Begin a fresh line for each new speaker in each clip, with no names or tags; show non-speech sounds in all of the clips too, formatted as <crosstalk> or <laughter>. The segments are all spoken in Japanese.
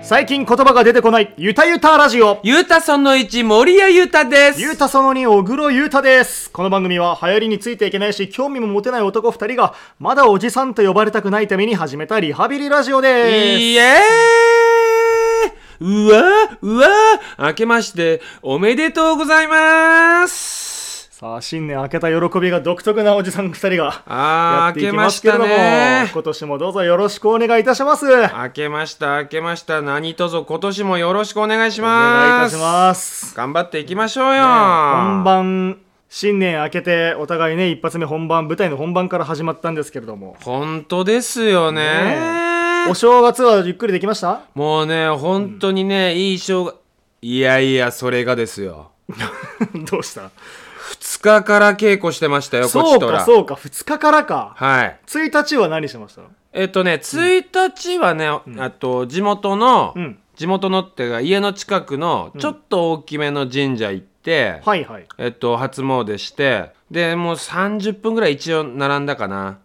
最近言葉が出てこない、ゆたゆたラジオ。
ゆうたその1、森谷ゆうたです。
ゆうたその2、小黒ゆうたです。この番組は流行りについていけないし、興味も持てない男2人が、まだおじさんと呼ばれたくないために始めたリハビリラジオです。
イエーイうわうわ明けまして、おめでとうございます
さあ、新年明けた喜びが独特なおじさん2人が、や
あ
っ
ー、
て
明
い
け
き
ま
ま
し
すけれ
た
ども、
ね。
今年もどうぞよろしくお願いいたします。お願いい
明けました、明けました。何卒今年もよろしくお願いしま
た
す。
します。
頑張っていきましょうよ。
本番、新年明けて、お互いね、一発目本番、舞台の本番から始まったんですけれども、
本当ですよね
お正月はゆっくりできました
もうね、本当にね、いい正月。いやいや、それがですよ。
<laughs> どうした
2日から稽古してましたよ、こ
そ
ち
う
と。
からそうか2日からか
はい。
1日は何してました
えっとね、1日はね、あと、地元の、
うん
地元のってか、家の近くの、ちょっと大きめの神社行って、
はいはい
えっと、初詣して、で、もう30分ぐらい一応並んだかな。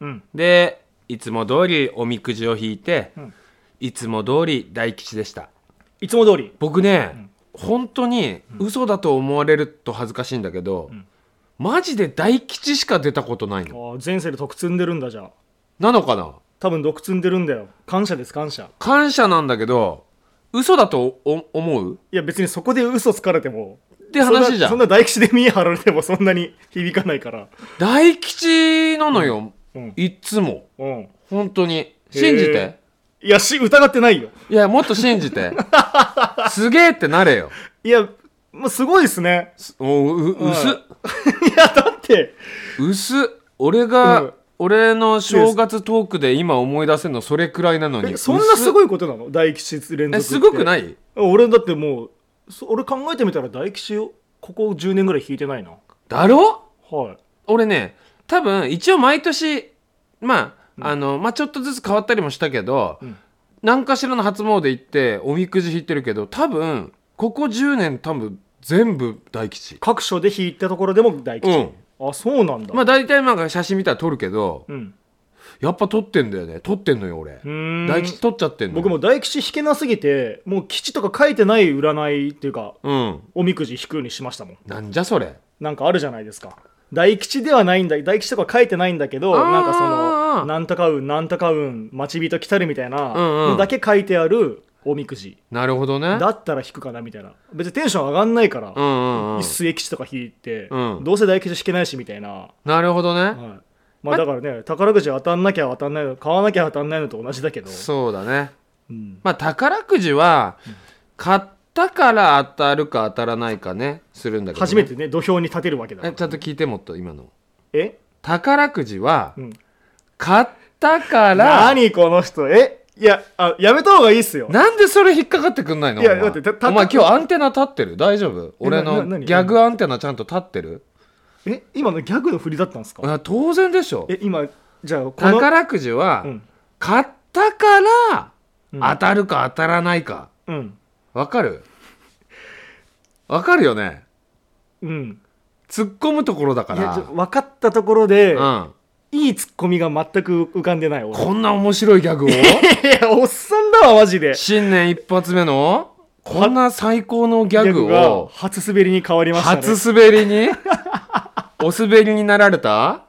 うん
で、いつも通りおみくじを引いて、
ん
いつも通り大吉でした。
いつも通り
僕ね、本当に嘘だと思われると恥ずかしいんだけど、マジで大吉しか出たことない
あ
の
ー前世で得積んでるんだじゃあ
なのかな
多分得積んでるんだよ感謝です感謝
感謝なんだけど嘘だとお思う
いや別にそこで嘘つかれても
って話じゃ
そんな
ん
そんな大吉で見え張られてもそんなに響かないから
大吉なのよ、
うん
いっつも
うん
本当に信じて
へいやし疑ってないよ
いやもっと信
<laughs>
じてすげえってなれよ
いやもうすごいですね
おうう薄っ
いやだって
薄っ俺が、
うん
俺の正月トークで今思い出せるのそれくらいなのに
えそんなす
い
ごいことなの大吉連続って
えすごくない
俺だってもうそ俺考えてみたら大吉をここ10年ぐらい引いてないな
だろ
はい
俺ね多分一応毎年まあ、あのまあちょっとずつ変わったりもしたけど、
うん
何かしらの初詣行っておみくじ引いてるけど多分ここ10年多分全部大吉
各所で引いたところでも大吉、
うん
あそうなんだ、
まあ大体なんか写真見たら撮るけど
うん
やっぱ撮ってんだよね撮ってんのよ俺
うーん
大吉撮っちゃってんのよ
僕も大吉引けなすぎてもう吉とか書いてない占いっていうか
うん
おみくじ引くようにしましたもん
なんじゃそれ
なんかあるじゃないですか大吉ではないんだ大吉とか書いてないんだけど
あー
なんかそのなんとか運なんとか運待ち人来たるみたいな
うんうん
のだけ書いてあるおみくじ、
なるほどね
だったら引くかなみたいな別にテンション上がんないから、
うんうんうん
一水吉とか引いて、
うん
どうせ大吉引けないしみたいな、はい
なるほどね、
まあだからね宝くじ当たんなきゃ当たんないの買わなきゃ当たんないのと同じだけど、
そうだね
うん、
まあ宝くじは買ったから当たるか当たらないかねするんだけどね、
初めてね土俵に立てるわけだか
え
ら
ちゃんと聞いてもっと今の
え
宝くじは
うん
買ったから、
何この人えいやあやめた方がいいっすよ
なんでそれ引っかかってくんないの
いや
お前
だってたた
お前今日アンテナ立ってる大丈夫俺
な
の
な何
ギャグアンテナちゃんと立ってる
え今のギャグの振りだったんですか
あ当然でしょ
え今じゃあこの
宝くじは
うん
買ったから
うん
当たるか当たらないか
うん
わかるわかるよね
うん
突っ込むところだか
いや
ら
ちょ分かったところで、
うん
いいツッコミが全く浮かんでない俺
こんな面白いギャ
<laughs>
グを
いやおっさんだわマジで
新年一発目のこんな最高のギャグ
が
を
初滑りに変わりましたね
初滑りに <laughs> お滑りになられた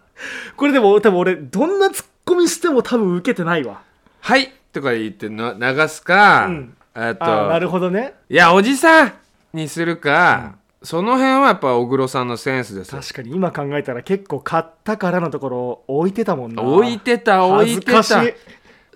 これでも多分俺どんなツッコミしても多分受けてないわ
はいとか言ってな流すか、
うん
えっ
ああなる
と
ほどね
いやおじさんにするか、その辺はやっぱ小黒さんのセンスですよ
確かに今考えたら結構買ったからのところ置いてたもんな
置いてた置
恥
い
ず
てた
かしい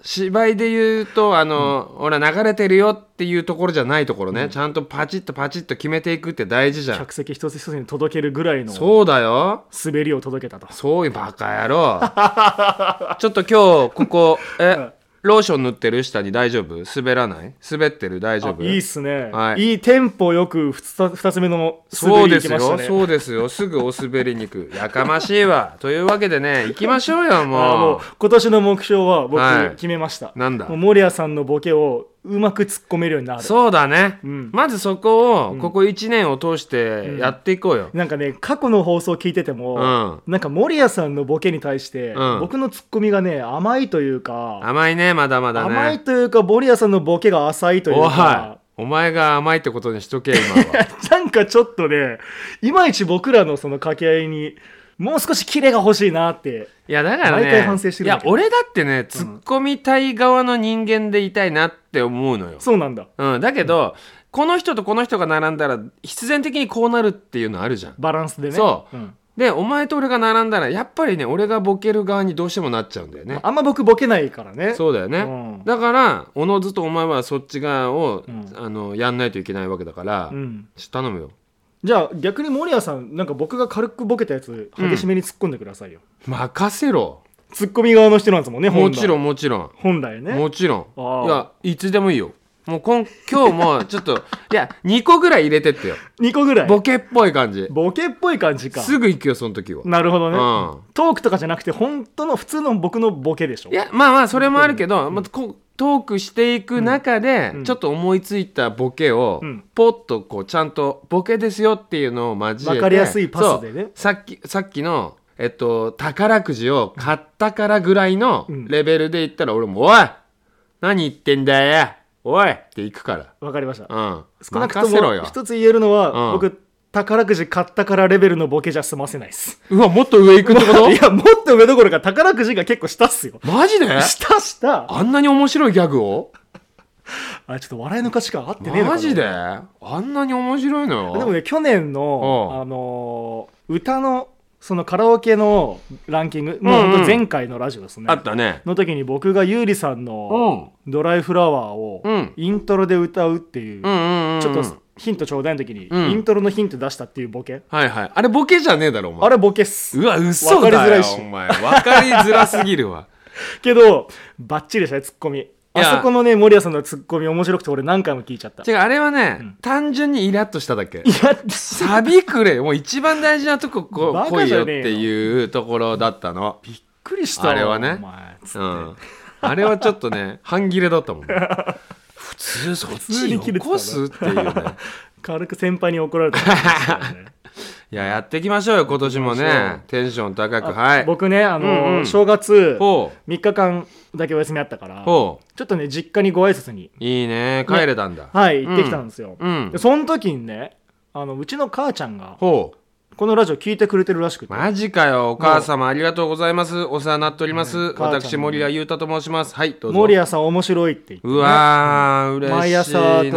芝居で言うとあの、ほら流れてるよっていうところじゃないところね、ちゃんとパチッとパチッと決めていくって大事じゃん
客席一つ一つに届けるぐらいの
そうだよ
滑りを届けたと
そういうバカ野
<laughs>
郎ちょっと今日ここえローション塗ってる下に大丈夫滑らない滑ってる大丈
あ
夫
いいっすね、
はい
い、いテンポよく 2, つ目の
そ
滑
う
り
で
いき
す
ました
よ、
ね
そうですよ、すぐお滑りに行く。やかまし
<laughs>
いわ。というわけでね、行きましょうよ、
ああも
も
う今年の目標は僕
はい
決めました、
なんだ
もう森谷さんのボケをうまく突っ込めるようになる
そうだね、
うん
まずそこをここ1年を通してやっていこうよ、
なんかね過去の放送聞いてても、なんか守谷さんのボケに対して、
うん
僕のツッコミがね甘いというか
甘いねまだまだね
甘いというか守谷さんのボケが浅いというか
おいお前が甘いってことにしとけ今は
<laughs> なんかちょっとねいまいち僕らのその掛け合いにもう少しキレが欲しいなって
いやだからね
毎回反省してるん
い
だ
や
けど
俺だってねツッコみたい側の人間でいたいなって思うのよ、
そうなんだ
うん、だけど、この人とこの人が並んだら必然的にこうなるっていうのあるじゃん
バランスでね
そうんでお前と俺が並んだらやっぱりね俺がボケる側にどうしてもなっちゃうんだよね
あんま僕ボケないからね
そうだよね、
うん
だからおのずとお前はそっち側を、
うん
あのやんないといけないわけだから、
うん
ちょっと頼むよ
じゃあ逆に守谷さんなんか僕が軽くボケたやつ激しめに突っ込んでくださいよ、
任せろ
ツッコミ側の人なんですもんね本来
もちろんもちろん
本来ね
もちろ
あ
んいやいつでもいいよもう今 <laughs> 今日もちょっといや2個ぐらい入れてってよ
2個ぐらい
ボケっぽい感じ
ボケっぽい感じか
すぐ行くよその時は、
なるほどね、
う
トークとかじゃなくて本当の普通の僕のボケでしょ
いやまあまあそれもあるけど、まあ、こうトークしていく中で、
うん
ちょっと思いついたボケを、
うん
ポッとこうちゃんとボケですよっていうのを交えて
わかりやすいパスでね
そうさっきさっきの、えっと、宝くじを買ったからぐらいの
うん
レベルで言ったら俺も「おい何言ってんだよおい!」って行くから、
わかりました
うん、
少なくと
任せろ
も
よ
一つ言えるのは、
うん
僕宝くじ買ったからレベルのボケじゃ済ませないっす
うわもっと上行くって
<laughs>
こ
いやもっと上どころか宝くじが結構下っすよ
とマジで
下下
あんなに面白いギャグを
あちょっと笑いの価値観合ってねえのかな
マジであんなに面白いのよ
でもね去年の
う、ん
あのー歌のそのカラオケのランキングもうほんと前回のラジオですね、
あったね
の時に僕が優里さんの「ドライフラワー」を
うん
イントロで歌うっていう、
うんうんうんうん
ちょっとヒントちょうだいの時に、
うん
イントロのヒント出したっていうボケ
はいはいあれボケじゃねえだろお前
あれボケっす
うわ嘘だよ
わかりづらいし
お前わかりづらすぎ
<laughs>
るわ
けどバッチリでしたねツッコミあ
や
そこのね森谷さんのツッコミ面白くて俺何回も聞いちゃったい
違うあれはね、
ん
単純にイラッとしただけ
や
サビくれよもう一番大事なとここ
バ
来
カ
い
じ
よ
ゃ
っ
ねえよ
ていうところだったの
びっくりしたわ
あれはね
<laughs> お前つって
うんあれはちょっとね
<laughs>
半切れだったもんね普通そっ
通
ち
に
に
切れ
起
てたな
こすっていうね
軽く先輩に怒られたことですからね
いややっていきましょうよ今年
やっ
も
て
ねテンション高く <laughs> はい
僕ねあの、
うんうん
正月
ほう
3日間だけお休みあったからちょ
ほ
っとね実家にご挨拶に
ういいね帰れたんだ、
はい行ってきたんですよ、
うん
でその時にねあのうちの母ちゃんが
ほう
このラジオ聞いてくれてるらしくて、
マジかよお母様ありがとうございますお世話になっております、
ね母ちゃん
私森谷裕太と申しますはいどうぞ
森谷さん面白いって言ってね、
うわー、嬉しいな
毎朝とね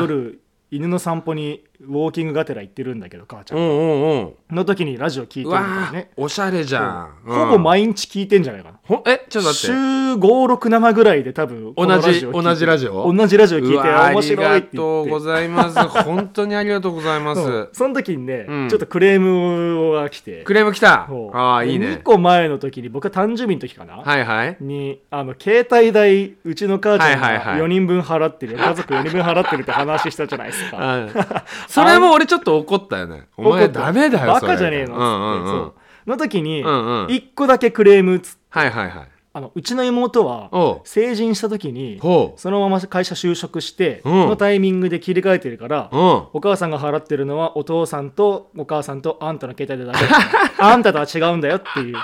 夜犬の散歩にウォーキングがてら行ってるんだけど母ちゃ
うん
ん
うんうん
の時にラジオ聞いてる
うんわ
だよ
ー
ね
おしゃれじゃん、うん
ほぼ毎日聞いてんじゃないかな
ほえちょっと待
週
って
567ぐらいで多分このラジオ聞いて
同じ同じラジオ
同じラジオ聞いうて
わー
面白いって
ありが
言
と
っ
う
て
ございます
<laughs>
本当にありがとうございま
そう
す
その時にね、
うん
ちょっとクレームが来て
クレーム来たあ
そう
あーいいね
2個前の時に僕は誕生日の時かな、
はいはい
にあの携帯代うちの母ちゃん
はいはい
が
はい
4人分払ってる、
<laughs>
家族4人分払ってるって話したじゃないですか
あ
<laughs>
ーそれも俺ちょっと怒ったよね <laughs> お前ダメだよ
バ
それ
カじゃねえのっつって、
うんうんう
そ
ん
うの時に
うんうん
1個だけクレームっつ
はいはいはい
あのうちの妹
お
は
う
成人した時に
ほう
そのまま会社就職して
うん
のタイミングで切り替えてるから
うん
お母さんが払ってるのはお父さんとお母さんとあんたの携帯でだけ
<laughs>
あんたとは違うんだよっていう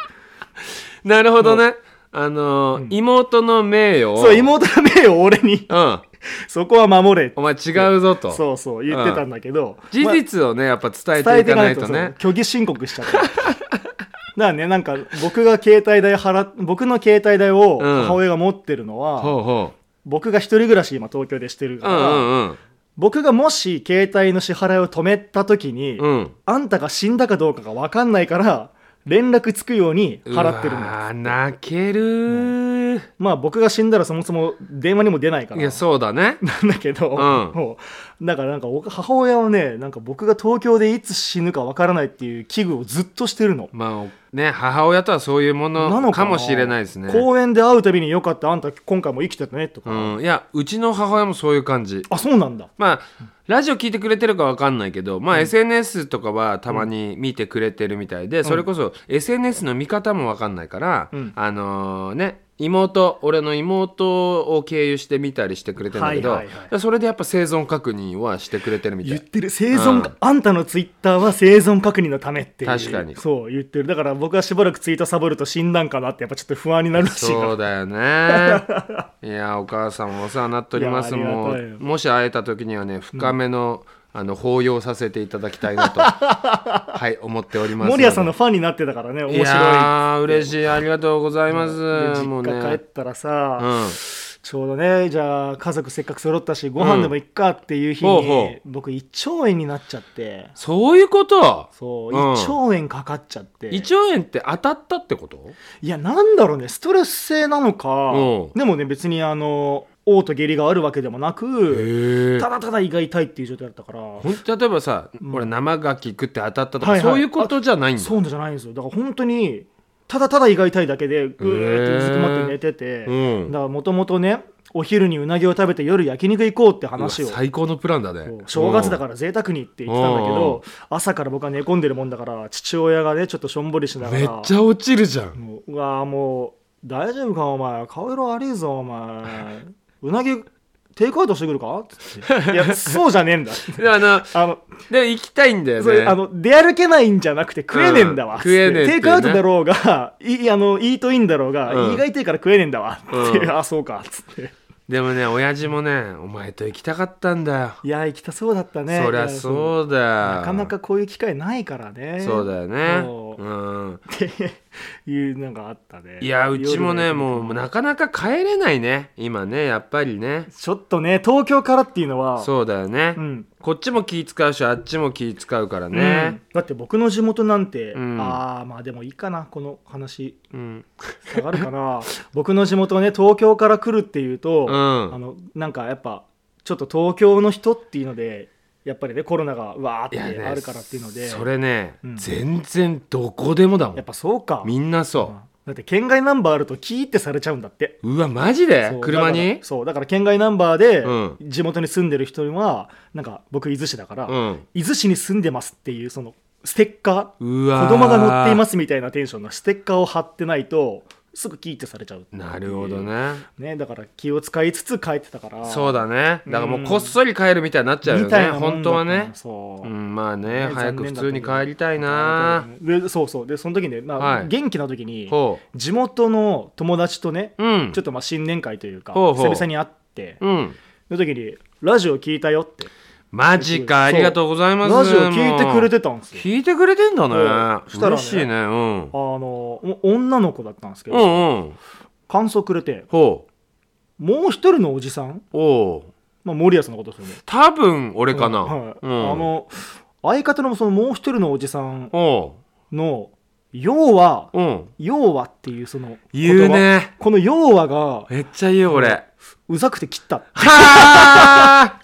なるほどね。あのー妹の名誉を。
そう妹の名を俺に <laughs>
うん。
そこは守れって
お前違うぞと。
そうそう言ってたんだけど、
事
まあ
実をね、やっぱ伝え
伝
て
え
いか
て
な
ないい
と
と
ね
ね。虚偽申告しちゃった <laughs> だからねなんか僕が携帯代払っ僕の携帯代を
うん
母親が持ってるのは、
ほうほ
僕が一人暮らし今東京でしてる
う。
か
う
ら、
んうん
僕がもし携帯の支払いを止めた時に、
うん。うん。
あんたが死んだかどうかが分かんないから連絡つくように払ってるんだ
あ泣けるー。
まあ僕が死んだらそもそも電話にも出ないから
いや、そうだね。
なんだけど、
うん
もうだからなんかお母親はねなんか僕が東京でいつ死ぬかわからないっていう危惧をずっとしてるの。
まあ、ね、母親とはそういうも
な
の
の
か
かな
もしれないですね。
公園で会うたびによかったあんた今回も生きてたねとか、
うん。いや、うちの母親もそういう感じ。
あそうなんだ
まあ、ラジオ聞いてくれてるかわかんないけど、まあ、SNS とかはたまに見てくれてるみたいで、それこそ SNS の見方もわかんないから、
うん
あのね妹俺の妹を経由して見たりしてくれてるんだけど、
はいはいは
それでやっぱ生存確認はしてくれてるみた
言っ
い
てる生存、
うん
あんたのツイッターは生存確認のためっていう
確かに
そう言ってるだから僕はしばらくツイートサボると死んだんかなってやっぱちょっと不安になるらしいから
そうだよ
<laughs>
ねいやお母さんもお世話になっております
いやありが
も
たいう
もし会えた時にはね深めの、あの抱擁させていただきたいな
<laughs>
とはい思っております
森谷さんの
面
ファンになってたからね面
白い
白い
やー嬉しいありがとうございますもう
で
ね
実家帰ったらさ、
うん
ちょうどねじゃあ家族せっかく揃ったしご飯でも行っかっていう日に、
うんほうほう
僕胃腸炎になっちゃって
そういうこと
そう胃
うん
腸炎かかっちゃって、
胃腸炎って当たったってこと
いやなんだろうねストレス性なのか、
うん
でもね別にあの嘔吐下痢があるわけでもなく
へえ
ただただ胃が痛いっていう状態だったから
本当例えばさ、
うん
俺生ガキ食って当たったとか、
はいはい
そういうことじゃないんだ
そうじゃないんですよだから本当にただただ胃が痛いだけでぐーってうずくまって寝てて、
うん
だからもともとねお昼にうなぎを食べて夜焼肉行こうって話
う
を
わ最高のプランだ
そう
ね
正月だ
ら
から贅沢にって言ってたんだけど朝から僕は寝込んでるもんだから父親がねちょっとしょんぼりしながら
めっちゃ落ちるじゃん
もううわーもう大丈夫かお前顔色悪いぞお前うなぎテイクアウトしてくるかつっていやそうじゃねえんだ
であの
<laughs> あの
で行きたいんだよ
それあ
ね
の出歩けないんじゃなくて食えねえんだわ、
うん食えねえっていうね
テイクアウトだろうがいあのイートインだろうが、
うん
胃が痛いから食えねえんだわって、
うん
あそうかっつって
でもね親父もねお前と行きたかったんだよ、
いや行きたそうだったね
そりゃ
う
そうだよ
なかなかこういう機会ないからね
そうだよね
そう
うん
っていうのがあったね
いやうちもね
夜
もうなかなか帰れないね今ねやっぱりね
ちょっとね東京からっていうのは
そうだよね、
うん
こっちも気使うしあっちも気使うから
う
ね
ん、だって僕の地元なんて、
うん
ああまあでもいいかなこの話
うん
下がるかな <laughs> 僕の地元ね東京から来るっていうと、
うん
あのなんかやっぱちょっと東京の人っていうのでやっぱりねコロナがうわーっ
い
て
やね
あるからっていうので
それね、
うん
全然どこでもだも
やっ
ん
ぱそうか
みんな
うん
そ
だって県外ナンバーあるとキーってされちゃうんだって
ううわマジで
そう
車
だか
に
らそうだから県外ナンバーで
う
地元に住んでる人にはなんか僕伊豆市だから、
うん
伊豆市に住んでますっていうそのステッカー
うわ
子供が乗っていますすみたいなテンションのステッカーを貼ってないとすぐキーってされちゃうっていう
なるほどね
ねだから気を使いつつ帰ってたから
そうだねだからもううんこっそり帰るみたいになっちゃうよ
みたい
ね
なもん
本
だ
当
った
は
の
ね
そう、
うんまあね
ね
早く普通に帰りたい
残
な
念だったけどでそうそうでその時ね、まあ
はい
元気な時に
ほ
地元の友達とね、
ううん
ちょっとまあ新年会というか
ほうほう
久々に会って、
うん
の時にラジオ聞いたよって
マジかあ
そう
りがとうございます
ラジオ聞いてくれてたんですよ
聞いてくれてんだね
そうしたらね
嬉しいねうん
あのお女の子だったんですけど、
うんうん
感想くれて
ほう
もう一人のおじさん、
おう
まあ、森保のことですよね
多分俺か
うんはい
なうん
あの相方のそのもう一人のおじさん
お
の「要は
ううん
要は」っていうその
言うね
この「要は」が
めっちゃ言う俺
うざくて切ったって
はあ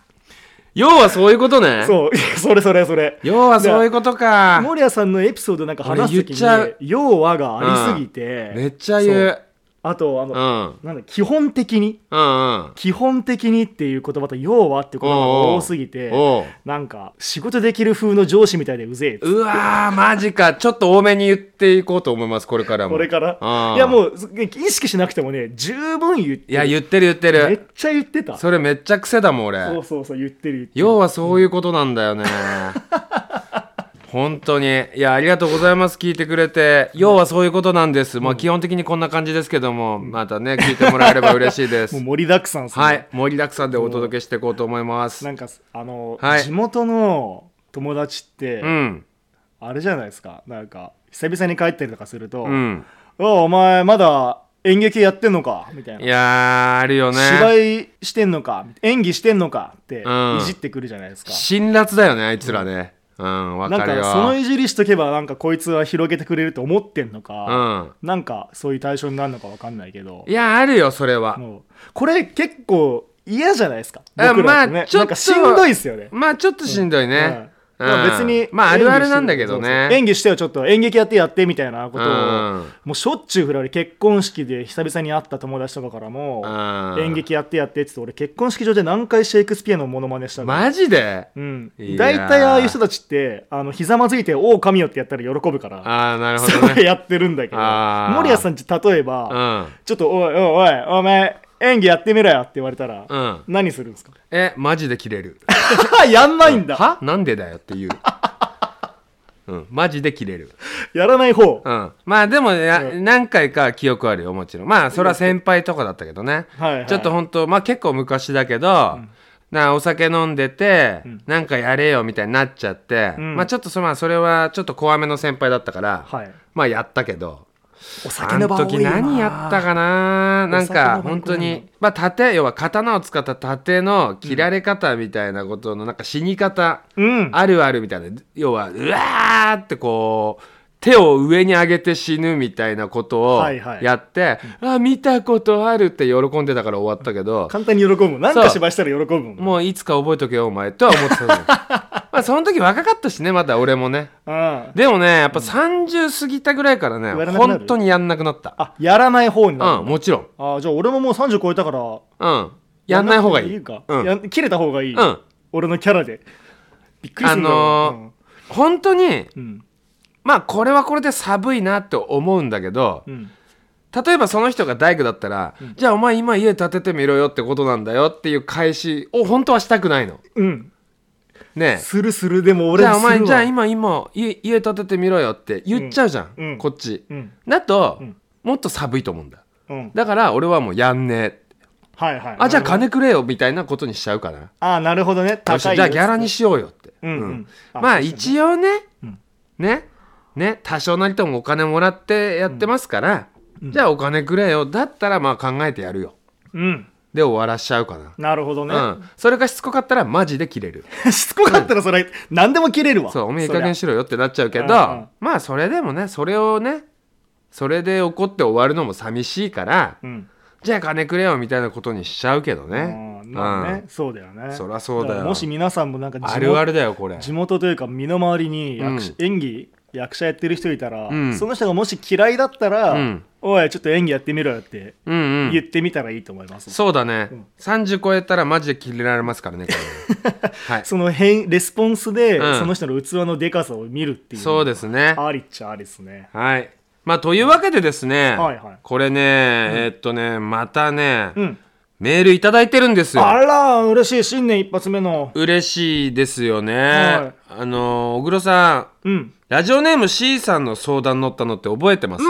要はそういうことね
そう <laughs> それそれそれ
要はそういうことか
森谷さんのエピソードなんか話す時
俺言っちゃ
に
う
「要は」がありすぎ
め
て
っちゃ言う
あとあ
う
の
んうん
なんだ基本的に
うん
基本的にっていう言葉と「要は」っていう言葉が多すぎて
おう
なんか仕事できる風の上司みたいでうぜえ
うわーマジかちょっと多めに言っていこうと思いますこれからも
これから
うん
いやもう意識しなくてもね十分言ってる
いや言ってる言って
めっ
る
ちゃ言ってたそ
それめっちゃ癖だもん
う
俺
そうそう言ってる言ってる
要はそういうことなんだ
<laughs>
よね本当にいやありがとうございます聞いてくれて要はそういうことなんですまあ基本的にこんな感じですけどもまたね聞いてもらえれば嬉しいで
もう
す
盛りだくさんですね
はい盛りだくさんでお届けしていこうと思います
なんかあの、
はい
地元の友達って、
うん
あれじゃないですかなんか久々に帰ったりとかすると「
うん
おうお前まだ演劇やってんのか」みたいない
やーあるよね
芝居してんのか演技してんのか」って
うん
いじってくるじゃないですか、
辛辣だよねあいつらねうんわ、
なん
かるよ
かそのいじりしとけばなんかこいつは広げてくれると思ってんのか、
うん
なんかそういう対象になるのかわかんないけど
いやあるよそれは
もうこれ結構嫌じゃないですか
あ
僕らって
まあ
ね
ちょ
な
っと
んかしんどいですよね
まあちょっとしんどいね、うん
だから別に
まあ
演技して
あるあるなんだけどね
そうそう演技してよちょっと演劇やってやってみたいなことを、
うん
もうしょっちゅう振られ結婚式で久々に会った友達とかからも、
うん
演劇やってやってって言って俺結婚式場で何回シェイクスピアのモノマネしたの
マジで
うん
いやー
大体ああいう人たちってあのひざまずいて「おお神よ」ってやったら喜ぶから
ああなるほ
そ
ど
れ
ね
やってるんだけど
あー
森谷さんち例えば、
うん
ちょっと「おいおいおいお前演技やってみろよ」って言われたら、
うん
何するんですか <laughs>
えマジで切れる
やんないんだ、
はなんでだよっていううんマジで切れる
やらない方
うんまあでもや、
う
何回か記憶あるよもちろんまあそれは先輩とかだったけどね、
はいはい
ちょっと本当まあ結構昔だけど、なお酒飲んでて、なんかやれよみたいになっちゃって、
うん
まあちょっとそ,、まあ、それはちょっと怖めの先輩だったから、
はい
まあやったけど
お酒
あ
の
の
場
時何やったかななんか
お酒の場
本当
多いな
にまあ盾要は刀を使った盾の切られ方みたいなことのなんか死に方、
うん
あるあるみたいな要はうわーってこう手を上に上げて死ぬみたいなことを
はいはい
やって、あ見たことあるって喜んでたから終わったけど
簡単に喜ぶもんなん
そ
か
う
芝居したら喜ぶもん
もういつか覚えとけよお前とは思ってた
<laughs>
のよまあその時若かったしねまだ俺もね
うんあ
でもねやっぱ30過ぎたぐらいからね、
やらなくなる
本当にやんなくなった
やらない方になる
うんもちろん
あーじゃあ俺ももう30超えたから
うんやんない方がいい
やんなくて
う
いいか、
ん
やん切れた方がいい、
うん
俺のキャラでびっくりするんだよ、
あの本当に
うん
まあこれはこれで寒いなって思うんだけど、
うんうん
例えばその人が大工だったら、じゃあお前今家建ててみろよってことなんだよっていう返しを本当はしたくないの
うん
ね
するするでも
えじ
俺
ゃあお
もす
前
る
じゃあ
わ
今今家家建ててみろよって言っちゃうじゃん、
うんうん
こっち、
うん
だと、
ん
もっと寒いと思うんだ
うん
だから俺はもうやんねえ
はいはい
あじゃあ
なるほど
金くれよみたいなことにしちゃうかな
あーなるほどね
よしじ
高い
ゃあギャラにしようよって、
うんうんあ
まあ一応ね、
ん
ねね多少なりともお金もらってやってますから、じゃあお金くれよだったらまあ考えてやるよ
うん
で終わらしちゃうかな、
なるほどね、
うん、それがしつこかったらマジで切れる
<laughs> しつこかったらそれ何でも切れるわ
そうおめえいい
そり
加
ゃ
減しろよってなっちゃうけど
うんうん
まあそれでもねそれをねそれで怒って終わるのも寂しいから、
うん
じゃあ金くれよみたいなことにしちゃうけどね
あーまあね、
うん
そうだよね
そりゃそうだよ
からもし皆さんもなんか地元
あるあるだよこれ
地元というか身の回りに役、
うん
演技役者やってる人いたら、
うん
その人がもし嫌いだったら、
うん
おいちょっと演技やってみろよって
うんうん
言ってみたらいいと思います、
そうだね、30超えたらマジで切れられますからねこ
<laughs>
れはい
その変レスポンスで、
うん
その人の器のでかさを見るっていう
そうですね
ありっちゃありですね
はいまあというわけでですね、
はいはい
これね、えっとねまたね、
うん
メールいただいてるんですよ
あら嬉しい新年一発目の
嬉しいですよね、
は
あの小黒さん
うん
ラジオネーム C さんの相談乗ったのって覚えてます、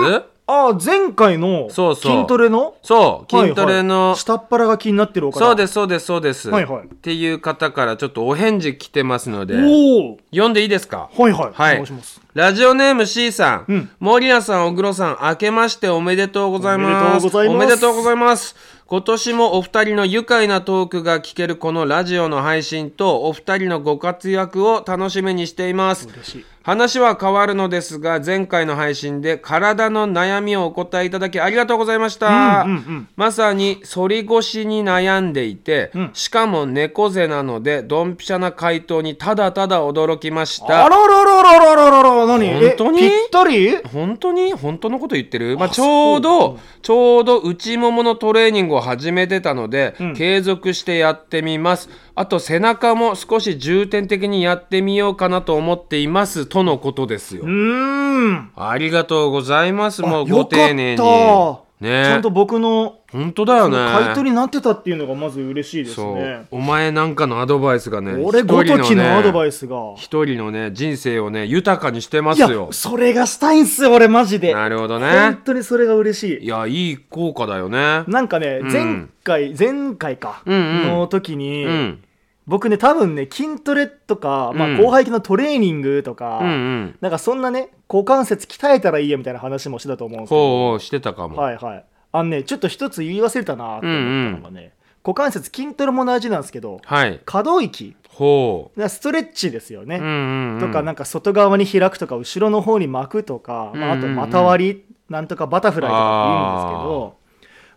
あー前回の
そうそう
筋トレの
そう筋ト
は
レ
いは
の、
い下っ腹が気になってるお方
そうですすそうですそうです、
はいはい
っていう方からちょっとお返事来てますので
お
読んでいいですか
おはいはい、
はい
お願いします
ラジオネーム C さん、
うん
森谷さん、小黒さん、明けましておめでとうございます。
おめでとうご
おめでとうございます今年もお二人の愉快なトークが聞けるこのラジオの配信とお二人のご活躍を楽しみにしています。
嬉しい
話は変わるのですが前回の配信で体の悩みをお答えいただきありがとうございました、
うんうんうん
まさに反り腰に悩んでいて、
うん
しかも猫背なのでドンピシャな回答にただただ驚きまし
あら
た
ららららららら何え
本当に
ぴったり
本当に本当のこと言ってる、まあ、ちょうどちょうど内もものトレーニングを始めてたので、
うん
継続してやってみますあと背中も少し重点的にやってみようかなと思っていますとのことですよ
うーん
ありがとうございます。もうご丁寧
あよ
に。
かった
ね
ちゃんと僕の
本当だよね。
回答になってたっていうのがまず嬉しいです
そう
ね。
お前なんかのアドバイスがね、
俺ごときのアドバ
イス。
イスが
一人のね、人生をね、豊かにしてま
い
す
や
よ。
それがしたいんすよ俺マジで
なるほど
本
ね。
当にそれが嬉し
い
い
や、いい効果だよね。
なんかね
ん
前回前回か
うんうん
の時
う
に
ん。
僕ね多分ね筋トレとかまあ
うん
後背筋のトレーニングと
うんう
か
ん。
なんかそんなね股関節鍛えたらいいよみたいな話もしてたと思うんですけど
ほうほうしてたかも。
はいはいあのねちょっと一つ言い忘れたなって思ったのがね、股関節筋トレも大事なんですけど
はい。
可動域
ほ
だからストレッチですよね、
う。うんうんうん。
とかなんか外側に開くとか後ろの方に巻くとか、まあ、あと股割りなんとかバタフライとかって言うんですけど、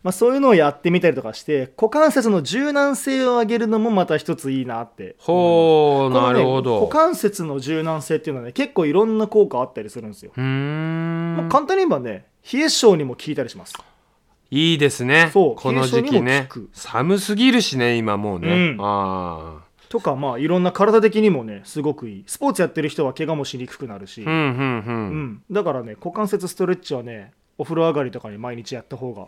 まあ、そういうのをやってみたりとかして股関節の柔軟性を上げるのもまた一ついいなって
ほ
こ
う、
の
な
ね
るほど。
股関節の柔軟性っていうのはね結構いろんな効果あったりするんですよ、
うー
まあ
ん。
簡単に言えばね冷え性にも効いたりします
いいですね。
そう
この時
軽症
期ね
にも効く。
寒すぎるしね、今もう
う
ね。
ん
ああ。
とかまあいろんな体的にもねすごくいいスポーツやってる人は怪我もしにくくなるし、
うんうん
う
う。
んん、だからね股関節ストレッチはねお風呂上がりとかに毎日やった方が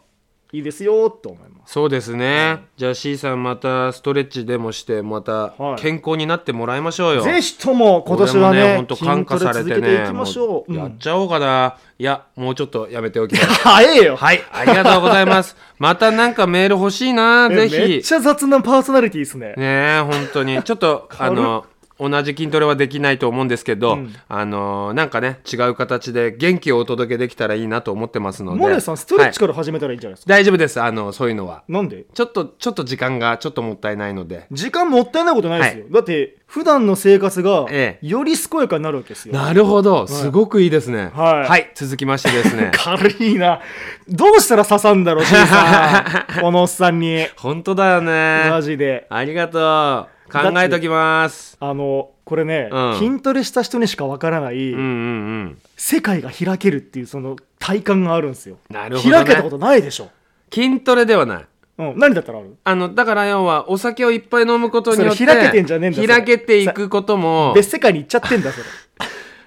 いいですよと思います
そうですね。じゃあ C さんまたストレッチでもして、また
はい
健康になってもらいましょうよ。
ぜひとも今年はね
本当
筋
感
ト
化
レ
され
続
て
けてい
ね。
きましょう、
もう
う
やっ
ん
ちゃおうかな。いや、もうちょっとやめて
<laughs>
おきます。 <laughs>
早えよ
はい、ありがとうございます。 <laughs> またなんかメール欲しいな、
え
ぜ
めっ
ひ。
ちゃ雑なパーソナリティですね
ねえ、本当に。ちょっと、あの、同じ筋トレはできないと思うんですけど、
うん
あの、なんかね、違う形で元気をお届けできたらいいなと思ってますので。
モネさんストレッチ
は
か
い
ら始めたらいいんじゃないですか、
大丈夫です、あの、そういうのは。
なんで
ちょっと、ちょっと時間がちょっともったいないので。
時間もったいないことないですよ、だって普段の生活が
え
より健やかになるわけですよ、
なるほど、すごくいいですね。
はい。
はい、続きましてですね
<laughs> 軽いなどうしたら刺さんだろう C さ
<laughs>
んこのおっさんに
<laughs> 本当だよ
マ
ね。
ジで
ありがとう。考えときます。
あのこれね、
うん
筋トレした人にしかわからない、
うんうんうん。
世界が開けるっていうその体感があるんですよ
なるほどね
開けたことないでしょ、
筋トレではない。
うん、何だったらある
あの、だから要は、お酒をいっぱい飲むことによって、
それ開けてんじゃねえんだそれ
開けていくことも、
別世界に行っちゃってんだそれ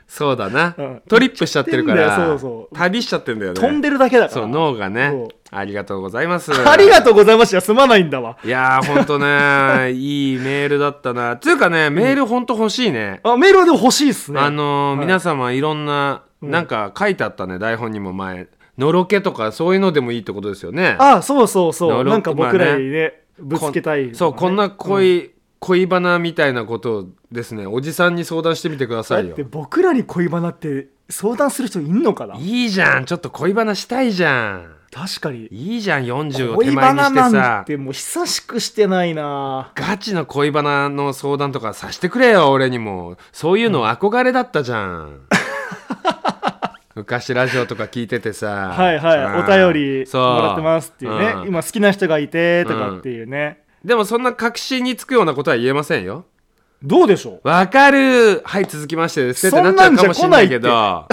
そうだな、
うん
トリップしちゃってるから、
行っちゃってんだよそうそう
旅しちゃってんだよね。
飛んでるだけだか
そう、
ら
脳がね
そう。
ありがとうございます。
<laughs> ありがとうございましたすまないんだわ
いやー、ほんとね、いいメールだったな。つうかね、メールほんと欲しいね。
あメールはでも欲しいですね
あのー
はい
皆様いろんな、なんか書いてあったね、台本にも前。のろけとか、そういうのでもいいってことですよね。
あそうそうそ
な
う
る
なんか僕らにねぶつけたい、
こんそうこんな恋、恋バナみたいなことをですねおじさんに相談してみてくだ
だ
さ
っ
いよ
て僕らに恋バナって相談する人いんのかない
いじゃんちょっと恋バナしたいじゃん
確かに
いいじゃん40を手
恋
前
バ
に
ナ
して
なん
さ
てもう久しくしてないな
ガチの恋バナの相談とかさしてくれよ俺にもそういうの憧れだったじゃん、
<laughs>
昔ラジオとか聞いててさ
はいはいお便りもらってますっていうね、
ん
今好きな人がいてとかっていうね、
でもそんな確信につくようなことは言えませんよ
どうでしょう
わかるはい、続きましてですね。っ
そ
てなっ
ん
ちゃ
な
うんか
じ
も
ゃ
しれ
来
な
ない
い
って
けど。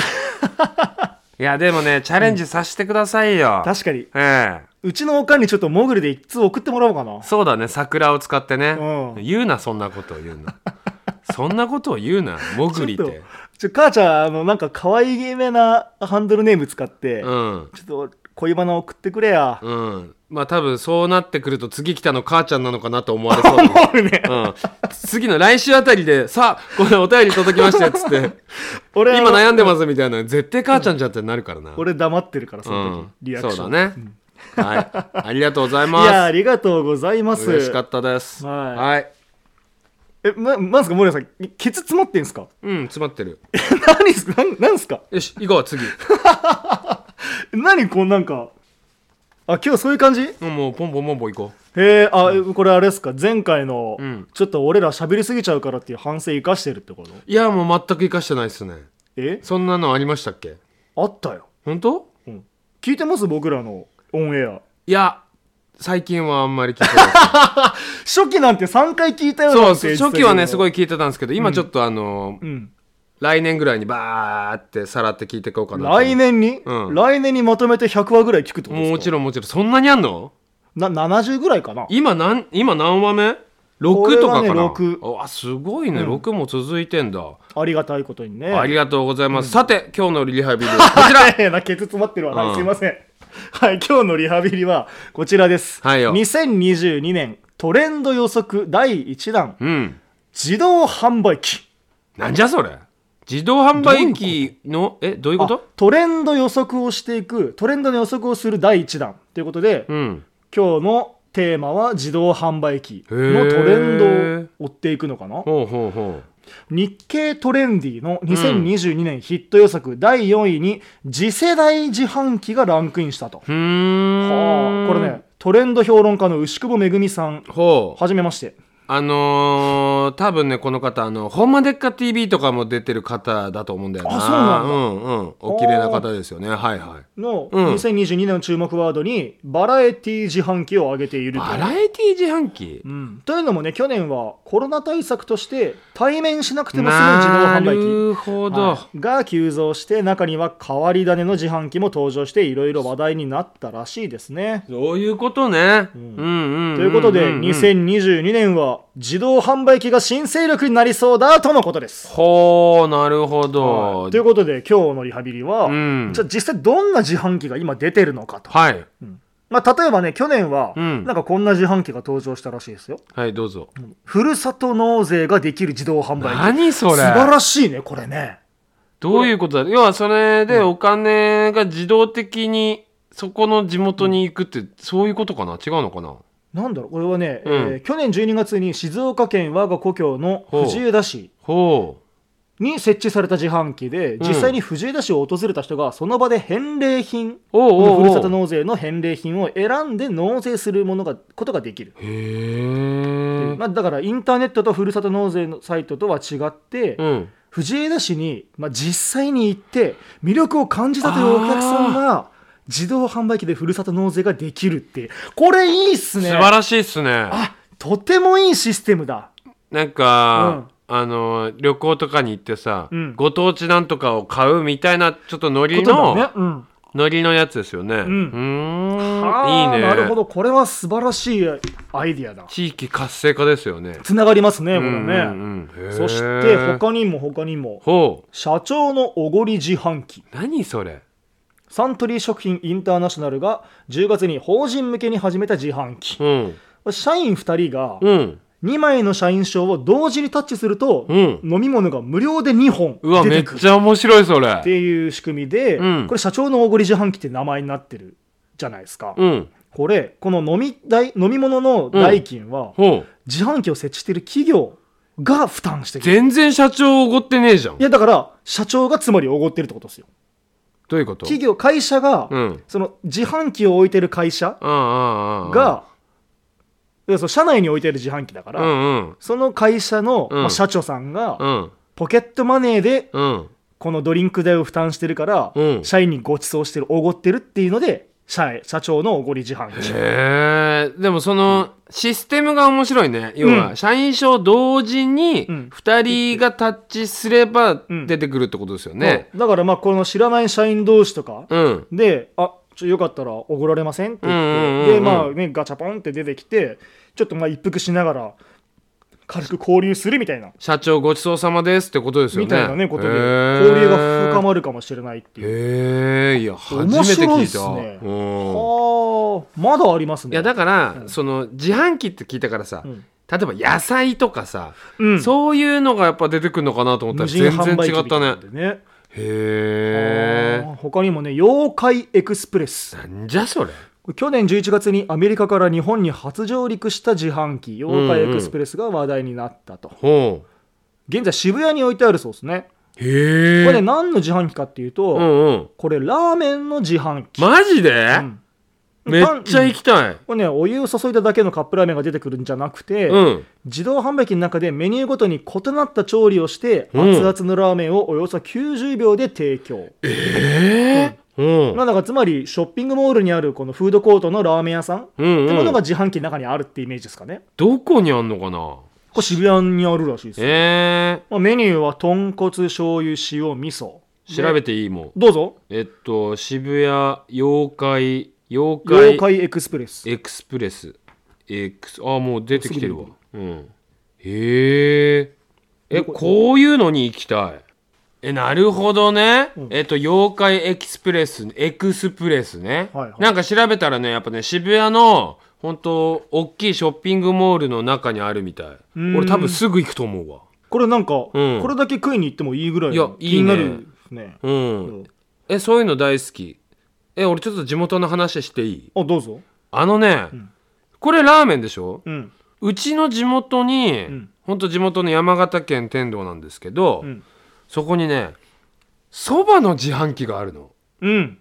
<laughs> いや、でもね、チャレンジさせてくださいよ。
確かに
ええ
うちのおかんにちょっとモグルで一通送ってもらおうかな
そうだね、桜を使ってね。
うん
言うな、そんなことを言うな。そんなことを言うな、もぐりっ
ちょっと
て。
ちょ母ちゃんあのなんか可愛げめなハンドルネーム使って、
うん。
ちょっと恋バナ送ってくれや、 <laughs>
うん。まあ多分そうなってくると次来たの母ちゃんなのかなと思われそうだね <laughs>
もうね
うん、次の来週あたりで、さあ、これお便り届きましたよっつ
<laughs>
って、
俺あの
今悩んでますみたいな、絶対母ちゃんじゃんってなるからな。
俺黙ってるからその時、
うん、
リアクション
そうだね、はいありがとうござい
いやあ
ま
りがとうございますす
嬉しかったです
はい
はい、
えななんすか森田さんケツ詰まってんすか
うん詰まってる
何すかなんなんすか
よし行こう次
何こうなんかあ今日そういう感じへ
うんもうポンポンポンポン行こ
えあ、これあれですか前回の、
うん
ちょっと俺ら喋りすぎちゃうからっていう反省生かしてるってこと
ういやもう全く活かしてないっすね
え
そんなのありましたっけ
あったよ、
本当
うん、聞いてます僕らのオンエア
いや最近はあんまり聞いてない
初期なんて3回聞いたよ
そう
なんて言ってた
初
け
期
ど
はねすごい聞いてたんですけど今ちょっとあの、
うん、
来年ぐらいにバーってさらって聞いていこうかなと思う
来年に、
うん
来年にまとめて100話ぐらい聞くってことですか
もちろんもちろんそんなにあんの
な70ぐらいかな
今何今何話目
これ
?6 とか
は
か
ね
な、
六
あすごいね、
うん
6も続いてんだ
ありがたいことにね
ありがとうございます。さて、今日のリハビリは
こ <laughs>
こち
ち
ら。
らなケツ詰まってるわ、
う
は
ん
いすいませんはい今日のリハビリはこちらです
はいよ
2022年トレンド予測第1弾
うん。
自動販売機
なんじゃそれ。自動販売機の、え、どういうこ
あ
と
トレンド予測をしていくトレンドの予測をする第1弾ということで、
うん。
今日のテーマは自動販売機
へ
の
ー
トレンドを追っていくのかな
ほうほうほ
日経トレンディの2022年ヒット予測第4位に次世代自販機がランクインしたと
う。ふー
は
ん。
あこれね。トレンド評論家の牛久保めぐみさん
ほう。
はじめまして
あのー、多分ねこの方あの「ほんまでっか TV」とかも出てる方だと思うんだよな
あそうなんだ
うんうんお綺麗な方ですよねはいはい
の
うん
2022年の注目ワードにバラエティ自販機を挙げていると
バラエティ自販機
うん、というのもね去年はコロナ対策として対面しなくても済む自動
な
販売機
るほど、
はいが急増して中には変わり種の自販機も登場していろいろ話題になったらしいですね。
そういうことね、うんん、うんうん
ということで
んん
2022年は自動販売機が新勢力になりそうだとのことです。
ほうなるほど、
はいということで今日のリハビリは、
うん
じゃあ実際どんな自販機が今出てるのかと、
はい
まあ、例えばね去年は
うん
なんかこんな自販機が登場したらしいですよ。
はいどうぞ
ふるさと納税ができる自動販売機
何それ
素晴らしいねこれね。
どういうことだ要はそれでお金が自動的にそこの地元に行くってそういうことかな違うのかな
なんだろうこれはね、
うん
えー去年12月に静岡県我が故郷の藤枝市
ほ
に設置された自販機で
ん
実際に藤枝市を訪れた人がその場で返礼品
うおうおう
ふ
おう
るさと納税の返礼品を選んで納税するものがことができる、
へえ
まあ、だからインターネットとふるさと納税のサイトとは違って、
うん
藤枝市に、まあ、実際に行って魅力を感じたというお客さんが自動販売機でふるさと納税ができるってこれいいっす
素
ね
晴らしいっすね
あとてもいいシステムだ
なんか、あの旅行とかに行ってさ、
うん
ご当地なんとかを買うみたいなちょっとノリ
こと
の、
だね、うん、
ノリのやつですよねうんーん
あー
いいね
なるほどこれは素晴らしいアイディアだ
地域活性化ですよね
つながりますね
う
これね、
んうんうんへー
そして他にも他にも
ほう
社長のおごり自販機
何それ
サントリー食品インターナショナルが10月に法人向けに始めた自販機
うん
社員2人が
うん
2枚の社員証を同時にタッチすると、
うん
飲み物が無料で2本
うわ
出
め
て
っ
くる
ちゃ面白いそれ
っていう仕組みで、
うん
これ社長のおごり自販機って名前になってるじゃないですか、
うん
これこの飲み代飲み物の代金は、
ほう
自販機を設置している企業が負担してくる
全然社長おごってねえじゃん
いやだから社長がつまりおごってるってことですよ
どういうこと
企業会社が、
うんうん
その自販機を置いてる会社
うんうん
が、いやそう社内に置いてる自販機だか
う
ら、
んうん
その会社の、
うん
まあ社長さんが、
うん
ポケットマネーで
うん
このドリンク代を負担してるから、
うん
社員にご馳走してるおごってるっていうので社社長のおごり自販機
へえでもそのシステムが面白いね要
う
は
ん
社員証同時に
うん
2人がタッチすれば
うん
出てくるってことですよね
そうだからまあこの知らない社員同士とか
うん
で「あちょよかったらおごられません?」って言って、
うんうんうんうん
でまあねガチャポンって出てきてちょっとまあ一服しながら軽く交流するみたいな、
社長ごちそうさまですってことですよね
みたいなねことで
へー
交流が深まるかもしれないっていう。
へえいや初めて
面白いっ
聞い
す
た
ね
うん
はあまだありますね。
いやだから、その自販機って聞いたからさ、
うん
例えば野菜とかさ、
うん
そういうのがやっぱ出てくるのかなと思った
無人
ら全
販売
然
機
違
み
った
い
ね
なんでね。
へえ
はあ他にもね妖怪エクスプレス
なんじゃそれ
去年11月にアメリカから日本に初上陸した自販機妖怪エクスプレスが話題になったと、
ほ
現在渋谷に置いてあるそうですね
うへえ
これね何の自販機かっていうと、
うんうん
これラーメンの自販機、
マジで、
うん
めっちゃ行きたい、
これねお湯を注いだだけのカップラーメンが出てくるんじゃなくて、
うん、
自動販売機の中でメニューごとに異なった調理をして、
うん
熱々のラーメンをおよそ90秒で提供、
ええうん
なんだかつまりショッピングモールにあるこのフードコートのラーメン屋さんっ
うん
てもの
う
が
ん
自販機の中にあるってイメージですかね
どこにあんのかな
これ渋谷にあるらしいですよ、
え
まあ、メニューは豚骨醤油塩味噌
え調べ
て
ていいもん
どうぞ
えっと渋谷妖怪妖怪
妖怪エクスプレス
エクスプレス。エクス、あ、もう出てきてるわ
す。
うん。へえ。え、
どこ
こういうのに行きたい。え、なるほどね。
ん
えっと、妖怪エクスプレス、エクスプレスね。
はいはい
なんか調べたらね、やっぱね、渋谷の。本当大きいショッピングモールの中にあるみたい
ん
俺多分すぐ行くと思うわ
これなんか、
うん
これだけ食いに行ってもいいぐらい
いや
気になるね
うん、えそういうの大好きえ俺ちょっと地元の話していい
あどうぞ
あのね、これラーメンでしょ
うん
うちの地元に、
ん
ほんと地元の山形県天童なんですけど、
ん
そこにねそばの自販機があるの
うん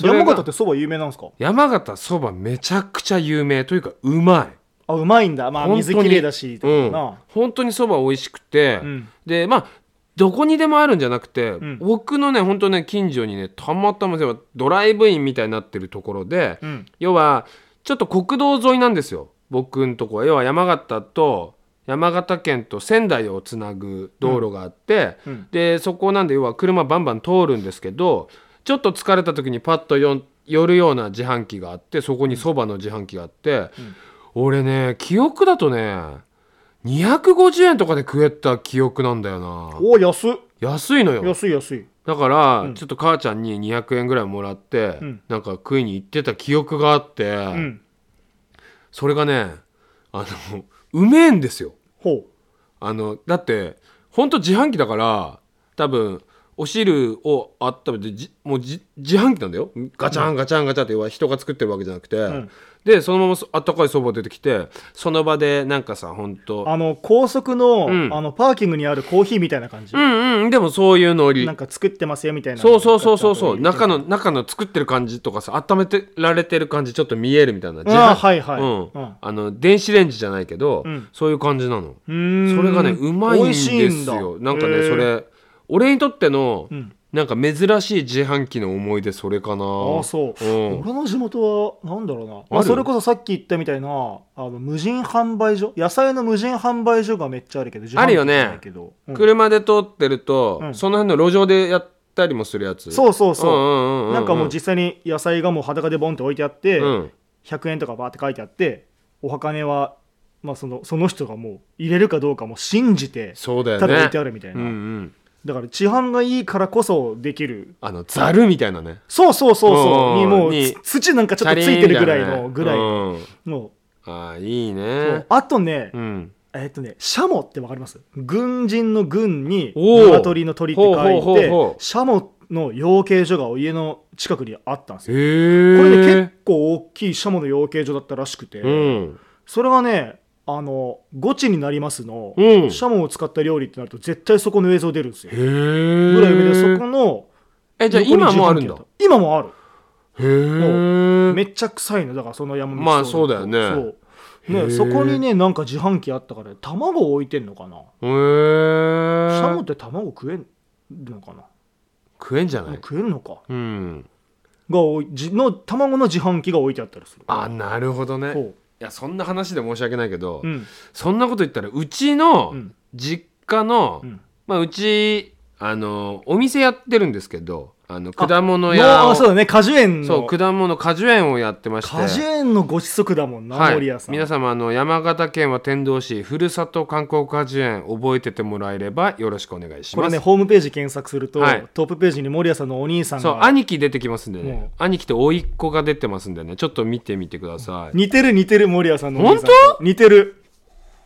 れが
山形ってそば有名なんですか
山形そばめちゃくちゃ有名というかうま
あうまいんだまあ
本当に
水きれいだし
う
と
ん
かな、
本当にそば美味しくて、
うん
でまあどこにでもあるんじゃなくて、
ん
僕のね本当ね近所にねたまたまドライブインみたいになってるところで、
うん
要はちょっと国道沿いなんですよ僕んとこは要は山形と山形県と仙台をつなぐ道路があって、
うんうん
でそこなんで要は車バンバン通るんですけどちょっと疲れた時にパッとよ寄るような自販機があってそこにそばの自販機があって、俺ね記憶だとね250円とかで食えた記憶なんだよな
おお安っ
安いのよ
安い安い
だから、ちょっと母ちゃんに200円ぐらいもらって、
ん
なんか食いに行ってた記憶があって、
うん
それがねあのうめえんですよ
ほ
あのだってほんと自販機だから多分お汁を温めてじもうじ自販機なんだよガチャンガチャンガチャンって要は人が作ってるわけじゃなくて、
ん
でそのままそあったかいそば出てきてその場でなんかさほん
う
と
あの高速の,、
うん
あのパーキングにあるコーヒーみたいな感じ、
うんうんでもそういうノリ
なんか作ってますよみたいな
そうそうそうそうそう中
の
の中の作ってる感じとかさ温めてられてる感じちょっと見えるみたいな
ああはいはい
うん
うん
あの電子レンジじゃないけど、
うん
そういう感じなの
うーん
それがねうまいん
美
で
味
す
しいんだ
よなんか
へ
ね
ー
それ俺にとっての、
うん
なんか珍しい自販機の思い出それかな
ああそう、
うん
俺の地元はなんだろうな、まあ
ある
それこそさっき言ったみたいなあの無人販売所野菜の無人販売所がめっちゃあるけど自販機
あるよね
じゃないけどうん
車で通ってると、
うん
その辺の路上でやったりもするやつ
そうそうそう,、
んんんん
なんかもう実際に野菜がもう裸でボンって置いてあって、
うん
100円とかバーって書いてあってお金は、まあ、そのその人がもう入れるかどうかも信じて
そうだよね
ただ置いてあるみたいな、
うんうん
だから市販がいいからこそできる
あのザルみたいなね
そうそうそうそう
うん
にもう
に
つ土なんかちょっとついてるぐらい
チャリン
の
み
ぐ
た
らい
いなね
の、
うんあーいい
そう
ね
あとね、
うん
えっとね、シャモってわかります軍人の軍に
おー
長鳥の鳥って書いて
ほうほうほうほう
シャモの養鶏所が家の近くにあったんです
へ
よこれね
え
結構大きいシャモの養鶏所だったらしくて、
うん
それがねあの「ゴチになりますの」
うん
シャモを使った料理ってなると絶対そこの映像出るんですよ
へえ
ぐらい上でそこの
えじゃあ今もあるんだ
横に自販機った今もある
へえ
めっちゃ臭いのだからその山道
まあそうだよね
そう
へ
ね
ー
そこにねなんか自販機あったから卵を置いてんのかな
へ
シャモ
ー
って卵食えんのかな、
食えんじゃない
食えるのか
うん
がおいじの卵の自販機が置いてあったりする
あなるほどね
そう
いやそんな話で申し訳ないけど、
うん
そんなこと言ったらうちの
うん
実家の、
うん
まあうちあのお店やってるんですけどあの果物屋
の
を
あそうだね果樹園の
そう果物果樹園をやってまして
果樹園のご子息だもんな、
はい
森谷、さん
皆様あの山形県は天童市ふるさと観光果樹園覚えててもらえればよろしくお願いし
こ
ま
れ
す。
ねホームページ検索すると、
はい
トップページに森谷さんのお兄さん
そう
が
兄貴出てきますんで
も
ね兄貴と甥っ子が出てますんでねちょっと見てみてください
似てる似てる森谷さんのお兄さんと
本
似てる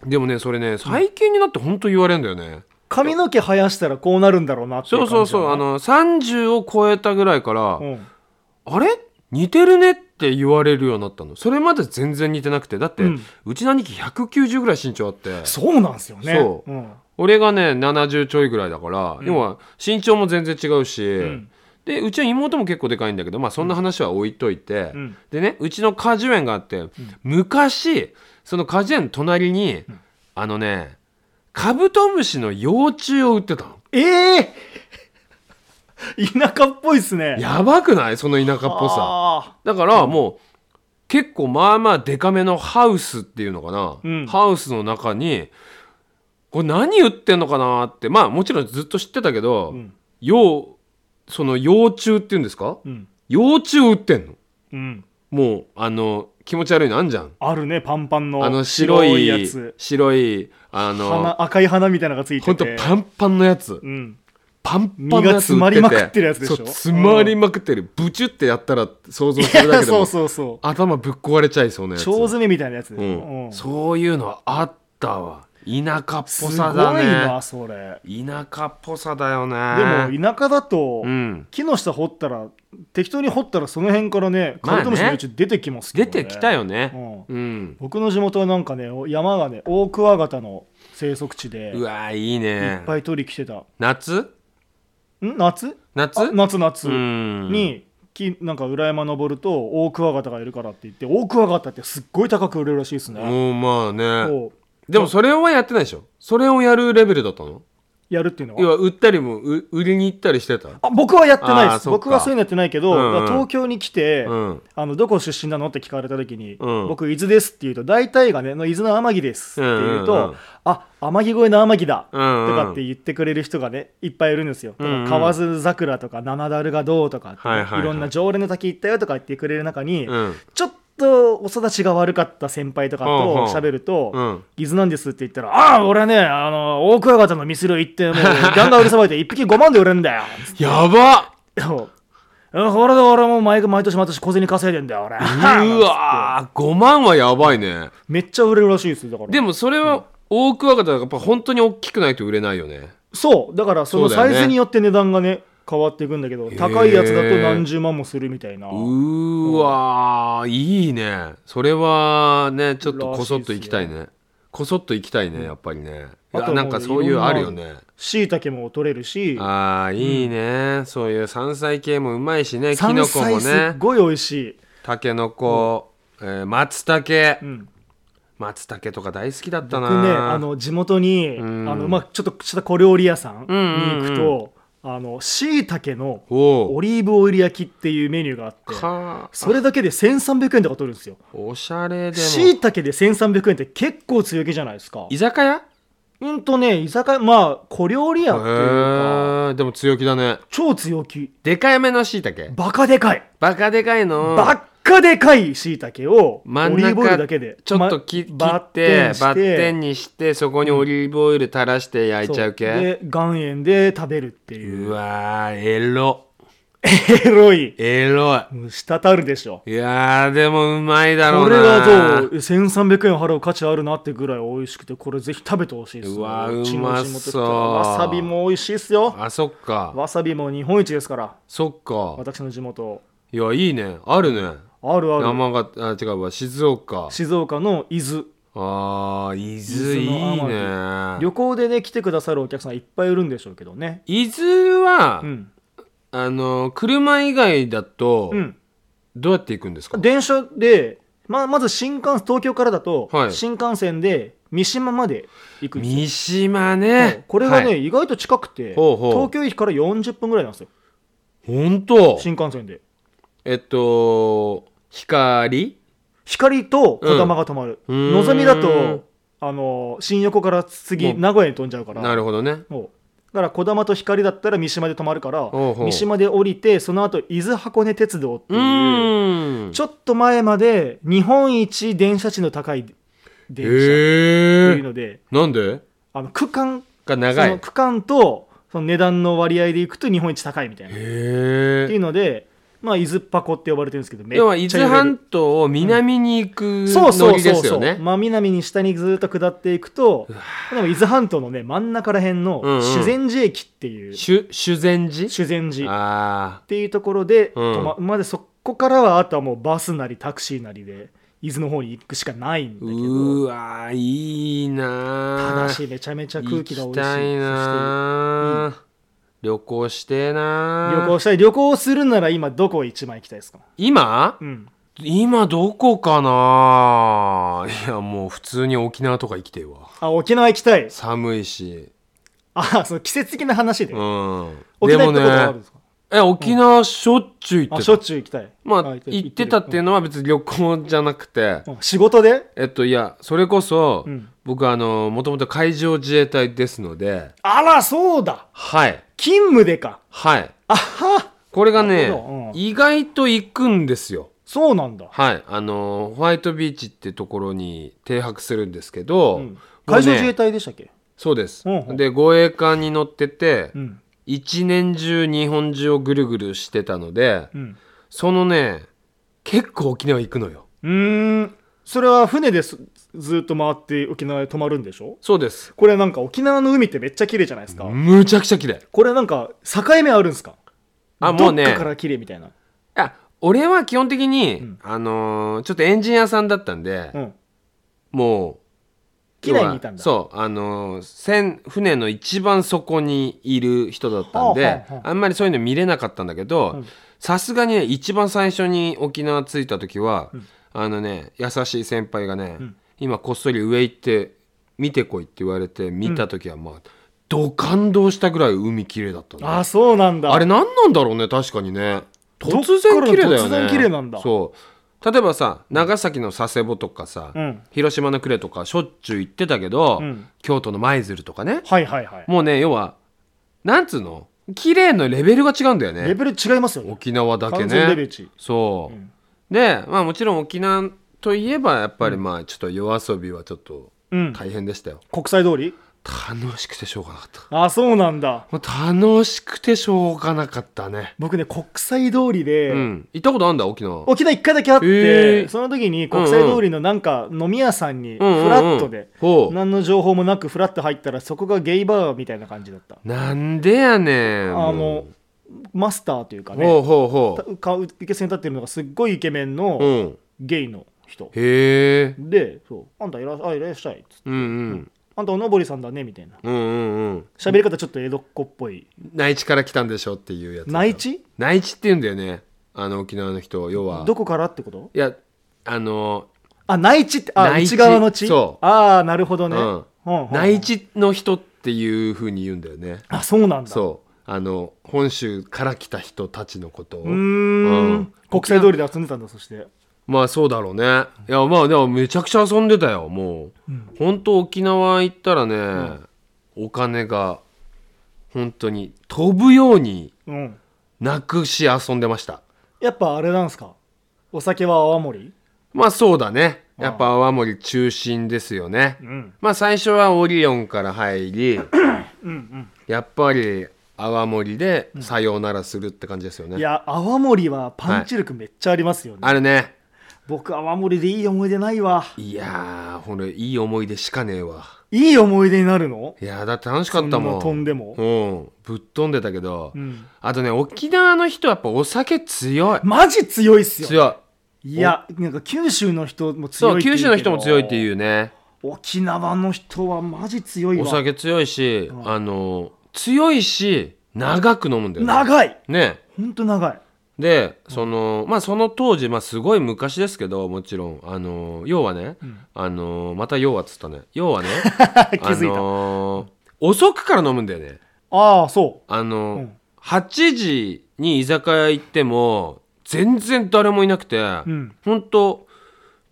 でもねそれね最近になって本当言われるんだよね
髪の毛生やしたらこうなるんだろうなってい
そう
感
う
じだ
そ
な
うそうあの30を超えたぐらいから
うん
あれ似てるねって言われるようになったのそれまで全然似てなくてだって
うん
うちの兄貴190ぐらい身長あって
そうなんですよね
そうん俺がね70ちょいぐらいだから、要は身長も全然違うし、
ん
でうちの妹も結構でかいんだけど、まあ、そんな話は置いといて、
うん
でねうちの果樹園があって、昔その果樹園の隣に、あのねカブトムシの幼虫を売ってたの
ええ <laughs> 田舎っぽいっすねっ
<laughs> やばくないその田舎っぽさ
さ
だからもう結構まあまあデカめのハウスっていうのかな、
うん
ハウスの中にこれ何売ってんのかなってまあもちろんずっと知ってたけど、
うん
幼その幼虫っていうんですか
うん
幼虫売ってんの
うん
もうあの気持ち悪いのあんじゃん
あるねパンパンの
あの白い
やつ
白いあの
花赤い花みたいなのがついて
ほんと
て
パンパンのやつ、
うん
パンパンのやつ
身が
売ってて
詰まりまくってるやつでしょ
そう詰まりまくってる、ブチュってやったら想像するだけで
<laughs> そ
も
うそうそ
頭ぶっ壊れちゃいそうな
う
やつ
腸詰めみたいなやつ
う
でしょ
ん
うん
そういうのあったわ田舎っぽ
すご
さ
い
だ
な
ね
それ
田舎っぽさだよ
で
ね
も田舎だと
うん
木の下掘ったら適当に掘ったらその辺からね
まあ
カブ
ね
トムシのうち出てきますけ
出
どね
てきたよね
う
うん
僕の地元はなんかねお山がね大クワガタの生息地で
う
いっ
わいいね
ぱい取り来てたん
夏
夏
夏
あ夏夏
うん
にきなんか裏山登ると大クワガタがいるからって言って大クワガタってすっごい高く売れるらしいですね、
うんまあね
こう
でもそれはやってないでしょそれをやるレベルだったの
やるっていうのは
要は売ったりもう売りに行ったりしてた
あ僕はやってないで
あー
す
そっか
僕はそういうのやってないけど、
うんうん
だから東京に来て、
うん
あのどこ出身なのって聞かれた時に、
うん
僕伊豆ですって言うと大体がねの伊豆の天城ですって言うと、
うんうんうん
あ天城越えの天城だと
うんうん
かって言ってくれる人がねいっぱいいるんですよ、だから
うんうん
河津桜とか七樽がどうとかってね、
はいいはいはい
ろんな常連の滝行ったよとか言ってくれる中に、
うん
ちょっとお育ちが悪かった先輩とか
ほうほ
と
う
喋ると、
うん
伊豆なんですって言ったら「ああ俺はねあの大クワガタのミスル行ってもうガンガン売りさばいて1匹5万で売れるんだよ」 <laughs>
やば
そう。うんこれで俺も毎毎年毎年小銭稼いでんだよ俺。
うわー5万はやばいね
<laughs> めっちゃ売れるらしいですよだから。
でもそれは大クワガタがやっぱ本当に大きくないと売れないよね
そうだからその
そうだ
サ
よ
イ
ね
ズによって値段がね変わっていくんだけど、
ー
高いやつだと何十万もするみたいな。
うーわーいいねそれはねちょっとこそっと行きたいねこそっと行きたいねやっぱりねい
あと
や
もう
なんかそういうあるよね
しいたけも取れるし。
あーいいね、そういう山菜系もうまいしねき
山
のこ
菜
も
すっ
ね
ごい美味しい。
たけのこ、えー松茸、
うん。
松茸とか大好きだったな
僕ねあの地元に、
ん
あのまあちょっとした小料理屋さんに
うん
行くと、あのしいたけの
お
オ
お
リーブオイル焼きっていうメニューがあって、
か
それだけで1300円とか取るんですよ。
おしゃれで
し
も
いたけで1300円って結構強気じゃないですか
居酒屋
うんとね居酒屋まあ小料理
へ
屋っていうか
ーでも強気だね
超強気
でかいめのしいたけ
バカでかい、
バカでかいの
バッカでかいしいたけをオリ
真ん中
ーブオイルだけで
ちょっと
ま
き切って
バ
バ
ッテンして
ッテンにしてそこにオリーブオイル垂らして焼いちゃうけ
で岩塩で食べるって
う
いう <laughs>
わーエロ
エロい
エロ
もう滴るでしょ
いいやーでもうまいだろ
こ
うな
れはどう1300円払う価値あるなってぐらい美味しくてこれぜひ食べてほしいですね
うわ
うちの地元来たら
うまそう
わさびも美味しいっすよ
あそっか
わさびも日本一ですから
そっか
私の地元
いやいいねあるね
あるある
山形あ違うわ静岡
静岡の伊豆
あー伊豆
伊豆の
いいね
旅行でね来てくださるお客さんいっぱいいるんでしょうけどね
伊豆は、
うん、
あの車以外だと、
うん、
どうやって行くんですか
電車でままず新幹線東京からだと、
はい
新幹線で三島まで行くんですよ
三島
はい
ね
これがね、
はい
意外と近くて
ほうほう
東京駅から40分ぐらいなんですよ
本当
新幹線で
えっと光
光とこだまが止まる、
うんうーん
のぞみだとあの新横から次
もう
名古屋に飛んじゃうから
なるほどね
そうだから児玉と光だったら三島で止まるから
ほうほう
三島で降りてその後伊豆箱根鉄道って
う
いう
ーん
ちょっと前まで日本一電車値の高い電車って
へ
いう
え
ので、
なんで
あの区間
が
そ
長い
の区間とその値段の割合でいくと日本一高いみたいなっ
へ
てい
え
うのでまあ伊豆箱って呼ばれてるんですけどめっ
要は伊
ち
豆
ゃ
半島を南に行く
そうそ
乗
う
りで
そう
す
そう、
よね
真南に下にずっと下っていくとでも伊豆半島のね真ん中ら辺の
うんうん
修善寺駅っていう
修修善寺
修善寺
あ
っていうところで、
うん
とままでそこからはあとはもうバスなりタクシーなりで伊豆の方に行くしかないんだ
ー
け
う
ど
ーわーいい
た
な
だ
ー
しめちゃめちゃ空気が美味しい
行きたいなー旅行してー
そ
な
して
ー
旅行したい旅行するなら今どこ一番行きたいですか、
今
うん、
今どこかなーいやもう普通に沖縄とか生きてえわ
あ沖縄行きたい
寒いし
あその季節的な話で、
うん
沖縄行ったことあるんですか、
え沖縄しょっちゅう行っ
あ
て
しょ
た、
っちゅう行きたい
まあ
あ
行ってたってい
う
うのは別に旅行じゃなくて、
ん、うん仕事で
えっといやそれこそ、
うん
僕あのもともと海上自衛隊ですので
あらそうだ
はい
勤務でか
はい
あは
これが
な、
ね
るほどうん
意外と行くんですよ
そうなんだ、
はいあのホワイトビーチってところに停泊するんですけど、
うん
もうね
海上自衛隊でしたっけ、
そうです、
うんうん
で護衛艦に乗ってて、
うん
一年中日本中をぐるぐるしてたので、
うん
そのね結構沖縄行くのよ
うーんそれは船ですずっと回って沖縄で泊まるんでしょ
そうです
これなんか沖縄の海ってめっちゃ綺麗じゃないですか、
むちゃくちゃ綺麗
これなんか境目あるんですか
あもうね
どっかから綺麗みたいな、
あ俺は基本的に、
ん
あのーちょっとエンジン屋さんだったんで、
うん、
もう
機内にいたんだ
そうあのー船船の一番底にいる人だったんで、
はあはあはあ
あんまりそういうの見れなかったんだけどさすがにね一番最初に沖縄着いた時は、あのね優しい先輩がね、今こっそり上行って見てこいって言われて見た時はまあ、ド感動したぐらい海綺麗だったんだよ
あそうなんだ
あれ何なんだろうね確かにね
っ
突然綺麗だよね
突然綺麗なんだ
そう例えばさ長崎の佐世保とかさ、
うん
広島の呉とかしょっちゅう行ってたけど、
うん
京都の舞鶴とかね
はいはいはい
もうね要はなんつうの綺麗のレベルが違うんだよ
レ
ね
ベル違いますよね
沖縄だけ
完全レベル
ね
1
そう、
ん
でまあもちろん沖縄といえばやっぱりまあちょっと夜遊びはちょっと
うん
大変でしたよ、
国際通り
楽しくてしょうがなかった
あそうなんだ
もう楽しくてしょうがなかったね
僕ね国際通りで、
うん、行ったことあるんだ沖縄
沖縄一回だけあって、
へー
その時に国際通りのなんか飲み屋さんにフラットで、
ほう
何の情報もなくフラッと入ったらそこがゲイバーみたいな感じだった
なんでやねん
あの
も
マスターというか
うほう
ね
ほうほ
たか受け線立ってるのがすっごいイケメンの
ううん
ゲイの人
へえ
でそう「あんたいらあいらっしゃい」つって
うんうん
「あんたおのぼりさんだね」みたいな
うんうんうん
喋り方ちょっと江戸っ子っぽい
内地から来たんでしょっていうやつ
内地
内地って言うんだよねあの沖縄の人要は
どこからってこと
いやあの
あ内地ってあ
内地
内側の地
そう
ああなるほどね、
うん
ほんほんほん
内地の人っていうふうに言うんだよね
あそうなんだ
そうあの本州から来た人たちのことを
うー
うんん
国際通りで集んでたんだそして
まあそうだろうねいやまあでもめちゃくちゃ遊んでたよもう、
ん
本当沖縄行ったらね、お金が本当に飛ぶように
うん
なくし遊んでました
やっぱあれなんですかお酒は泡盛
まあそうだねやっぱ泡盛中心ですよね、
うん
まあ最初はオリオンから入り
うん
やっぱり泡盛でさようならするって感じですよね、
うんいや泡盛はパンチ力めっちゃありますよね、
あるね
僕泡盛でいい思い出ないわ
いやーほんといい思い出しかねえわ
いい思い出になるの
いやーだって楽しかったも
そん
ん
な飛んでも
うんぶっ飛んでたけど、
うん
あとね沖縄の人はやっぱお酒強い
マジ強いっすよ
強
いやなんか九州の人も
い
強
そ
い
う
って言う
九
け
州
ど
の人も強いっていうね
沖縄の人はマジ強いわ
お酒強いし、
ん
あの強いし長く飲むんだよね
長い
ね
ほんと
<laughs>
長い
でそのまあその当時まあすごい昔ですけどもちろんあの要はね、あのまた要はっつったね要はね
<laughs> 気づいた、
あの遅くから飲むんだよね
ああそ
あの、
うん
8時に居酒屋行っても全然誰もいなくて、
ん
ほんと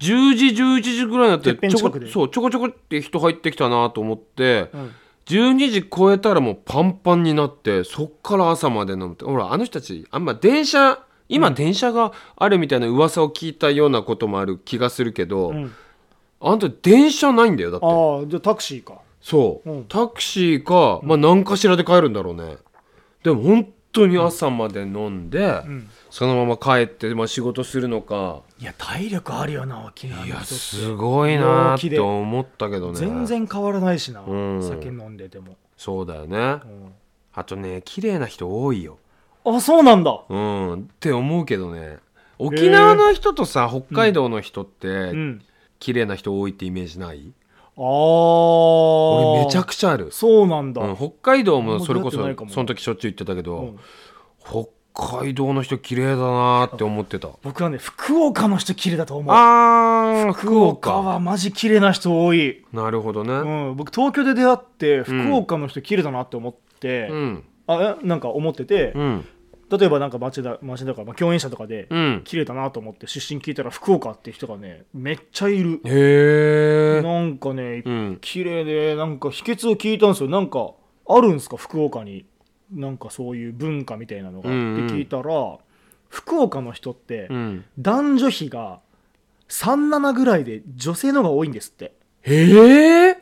10時11時ぐらいになって
てっぺん
ちょ
近
こ
くで
そうちょこちょこって人入ってきたなと思って、
う、うん、
12時超えたらもうパンパンになってそっから朝まで飲むってほらあの人たちあんま電車今電車があるみたいな噂を聞いたようなこともある気がするけど、
ん
あんた電車ないんだよだって
ああじゃあタクシーか
そう、
うん
タクシーか、まあ、何かしらで帰るんだろうねでも本当に朝まで飲んで、
ん
そのまま帰って、まあ、仕事するのか
いや体力あるよな沖縄
い
の
や
人って
すごいなーって思ったけどね
全然変わらないしな、
うん
酒飲んでても、
そうだよね
うん
あとね綺麗な人多いよ
あそうなんだ
うんって思うけどね沖縄の人とさ、北海道の人って、
うん
綺麗な人多いってイメージない
ああ
俺めちゃくちゃある、
そうなんだ、
うん、北海道もそれこ
あんま出会って
そ
ないかも
その時しょっちゅう行ってたけど、
うん
北海道の人綺麗だなーって思ってた
僕はね福岡の人綺麗だと思う
あー福岡
はマジ綺麗な人多い、
なるほど
う
ね
ん、僕東京で出会って
うん
福岡の人綺麗だなって思って、
うん
あえなんか思ってて
う、ん
例えばなんか町田町田とか、まあ、共演者とかで
うん
綺麗だなと思って出身聞いたら福岡って人がねめっちゃいる
へえ
なんかね
うん
綺麗でなんか秘訣を聞いたんですよなんかあるんですか福岡になんかそういう文化みたいなのがっ
う
て
んうん
聞いたら、福岡の人って
うん
男女比が37ぐらいで女性の方が多いんですって
へえ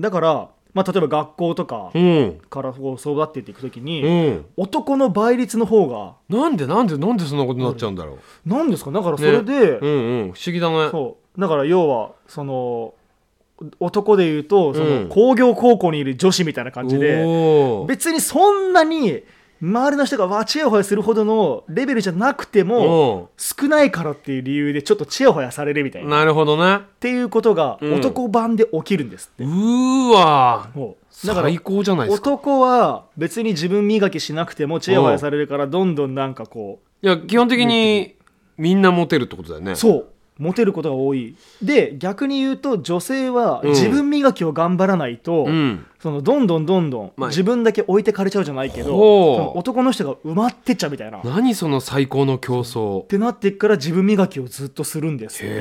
だから、まあ、例えば学校とか
うん
からこう育ってっていく時に、
うん
男の倍率の方が
なんでなんでなんでそんなことになっちゃうんだろ
なんですかだから
う
それで、
ねうんうん不思議だね
そうだから要はその男で言うとその、
うん
工業高校にいる女子みたいな感じで
おー
別にそんなに周りの人がわちやほやするほどのレベルじゃなくても
お
少ないからっていう理由でちょっとちやほやされるみたい
うん
なっ
なるほどね
ていうことが
うん
男版で起きるんですって
う、ーわ
もうだから
最高じゃないですか
男は別に自分磨きしなくてもちやほやされるからどんどんなんかこ
いや基本的にみんなモテるってことだよね
うそうモテることが多いで逆に言うと女性は
うん
自分磨きを頑張らないと、
うん
そのどんどんどんどん
まあ
自分だけ置いてかれちゃうじゃないけど、
ほう
その男の人が埋まってっちゃうみたいな。っ
何その最高の競争
てなってっから自分磨きをずっとするんですって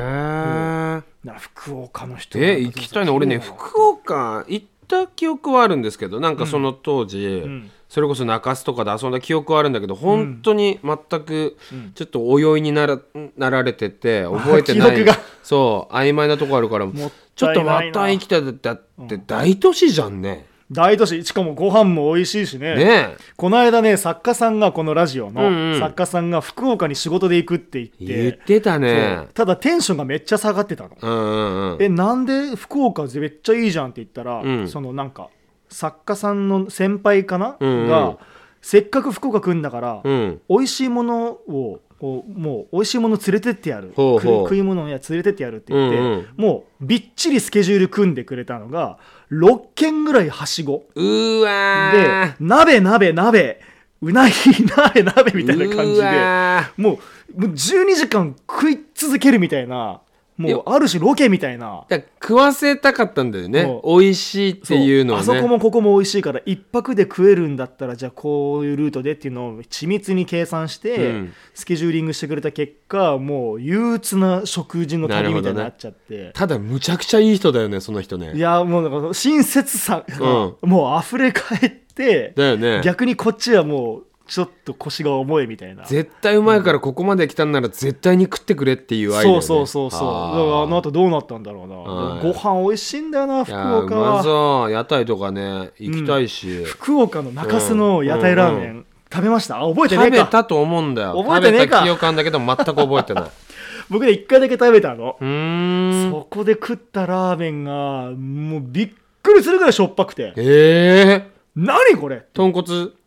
へえ
な福岡の人
え行きたいな俺ね福岡行った記憶はあるんですけどなんかその当時、
ん
それこそ中洲とかで遊んだ記憶はあるんだけど本当に全く
うん
ちょっと泳いにならなられてて覚えてな
記憶
い
が
そう曖昧なとこあるから
もっ
ちょ
た
っ
いない
と
な
また行きたいだって大都市じゃんね。
大都市しかもご飯も美味しいしね
ね
この間ね作家さんがこのラジオ
うんう
の
ん
作家さんが福岡に仕事で行くって言っ
え
て
言ってた
そう
ね。
ただテンションがめっちゃ下がってたの
うんうんうん。
えなんで福岡めっちゃいいじゃんって言ったら、
うん
そのなんか作家さんの先輩かな、
うんうん
がせっかく福岡来んだから、
うん
美味しいものをこうもう美味しいもの連れてってやる
ほうほう
食い食い物や連れてってやるって言って、
うんうん
もうびっちりスケジュール組んでくれたのが6軒ぐらいはしご
うーわ
で
ー。
鍋鍋鍋うなぎ <laughs> 鍋鍋みたいな感じ
う
で
わ
もうもう12時間食い続けるみたいなもう
よ
ある種ロケみたいな。
ーだから食わせたかったんだよね。
そ
美味しいっていうのはね。
そうあそこもここも美味しいから一泊で食えるんだったらじゃあこういうルートでっていうのを緻密に計算して、
うん
スケジューリングしてくれた結果もう憂鬱な食事の旅みたいになっちゃって、
ただむちゃくちゃいい人だよねその人ね。
いやもうなんか親切さがもう溢れ返って、
だよね。
逆にこっちはもうちょっと腰が重いみたいな。
絶対うまいからここまで来たんなら絶対に食ってくれっていう愛だよ
そう
ね
そうそうそうだからあの後どうなったんだろうな
はい
ご飯美味しいんだよな
あーい
福
や
岡
うま
は
そう屋台とかね行きたいし、
福岡の中洲の屋台ラーメン、
うん
食べましたあ覚えてねえ
食
か
べたと思うんだよ
覚えてねえか
食べた記憶あんだけど全く覚えてない
<laughs> 僕ね一回だけ食べたの、
うーん
そこで食ったラーメンがもうびっくりするぐらいしょっぱくて
ええ
何これ
豚骨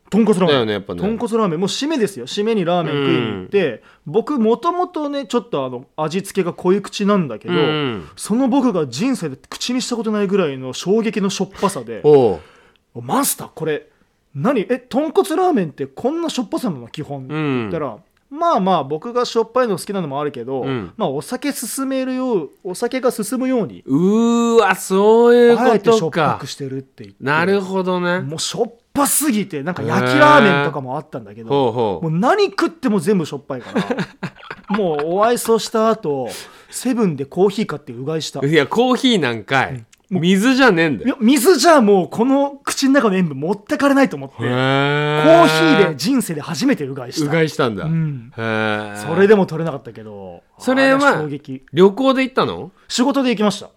豚骨ラーメン
だよねやっぱね
豚骨ラーメンもう締めですよ締めにラーメン食いに行って、僕もともとねちょっとあの味付けが濃い口なんだけど、
うん
その僕が人生で口にしたことないぐらいの衝撃のしょっぱさで
おう
マスターこれ何え豚骨ラーメンってこんなしょっぱさなの基本、
うん
言ったらまあまあ僕がしょっぱいの好きなのもあるけど、
うん
まあお酒進めるようお酒が進むように
うーわそういう
あえ
こ
てしょ
と
っぱ
か
くしてるって言って
なるほどね
もうしょっぱすぎてなんか焼きラーメンとかもあったんだけど、
ほうほ
もう何食っても全部しょっぱいから
<laughs>
もうお愛想した後セブンでコーヒー買ってうがいした
う
い
いやコーヒーなんかい水じゃねえんだよ
や水じゃもうこの口の中の塩分持ってかれないと思って
へ
コ
え
ーヒーで人生で初めてうがいした
うがいしたんだ、
うん
へえ
それでも取れなかったけど
それは
あ衝撃
旅行で行ったの
仕事で行きました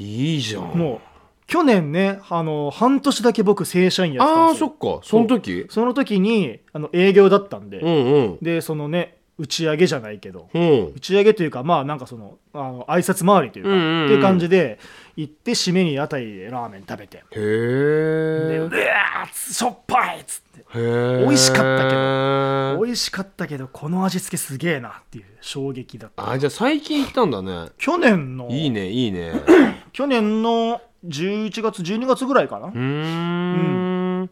いいじゃん
もう去年ねあの半年だけ僕正社員やってた
あ
ん
あ
です
そ
よ
っかその時
その時にあの営業だったんで、
うんうん
でそのね打ち上げじゃないけど
うん
打ち上げというかまあなんかそのあの挨拶回りというか、
うんうんうん
っていう感じで行って締めに屋台でラーメン食べてで
へえ
うわーしょっぱいっつって
美
美味しかったけ
ど
美味しかったけどこの味付けすげえなっていう衝撃だった
あじゃあ最近行ったんだね
去年の
いいねい
<laughs>
いね
去年の11月12月ぐらいかな
うーん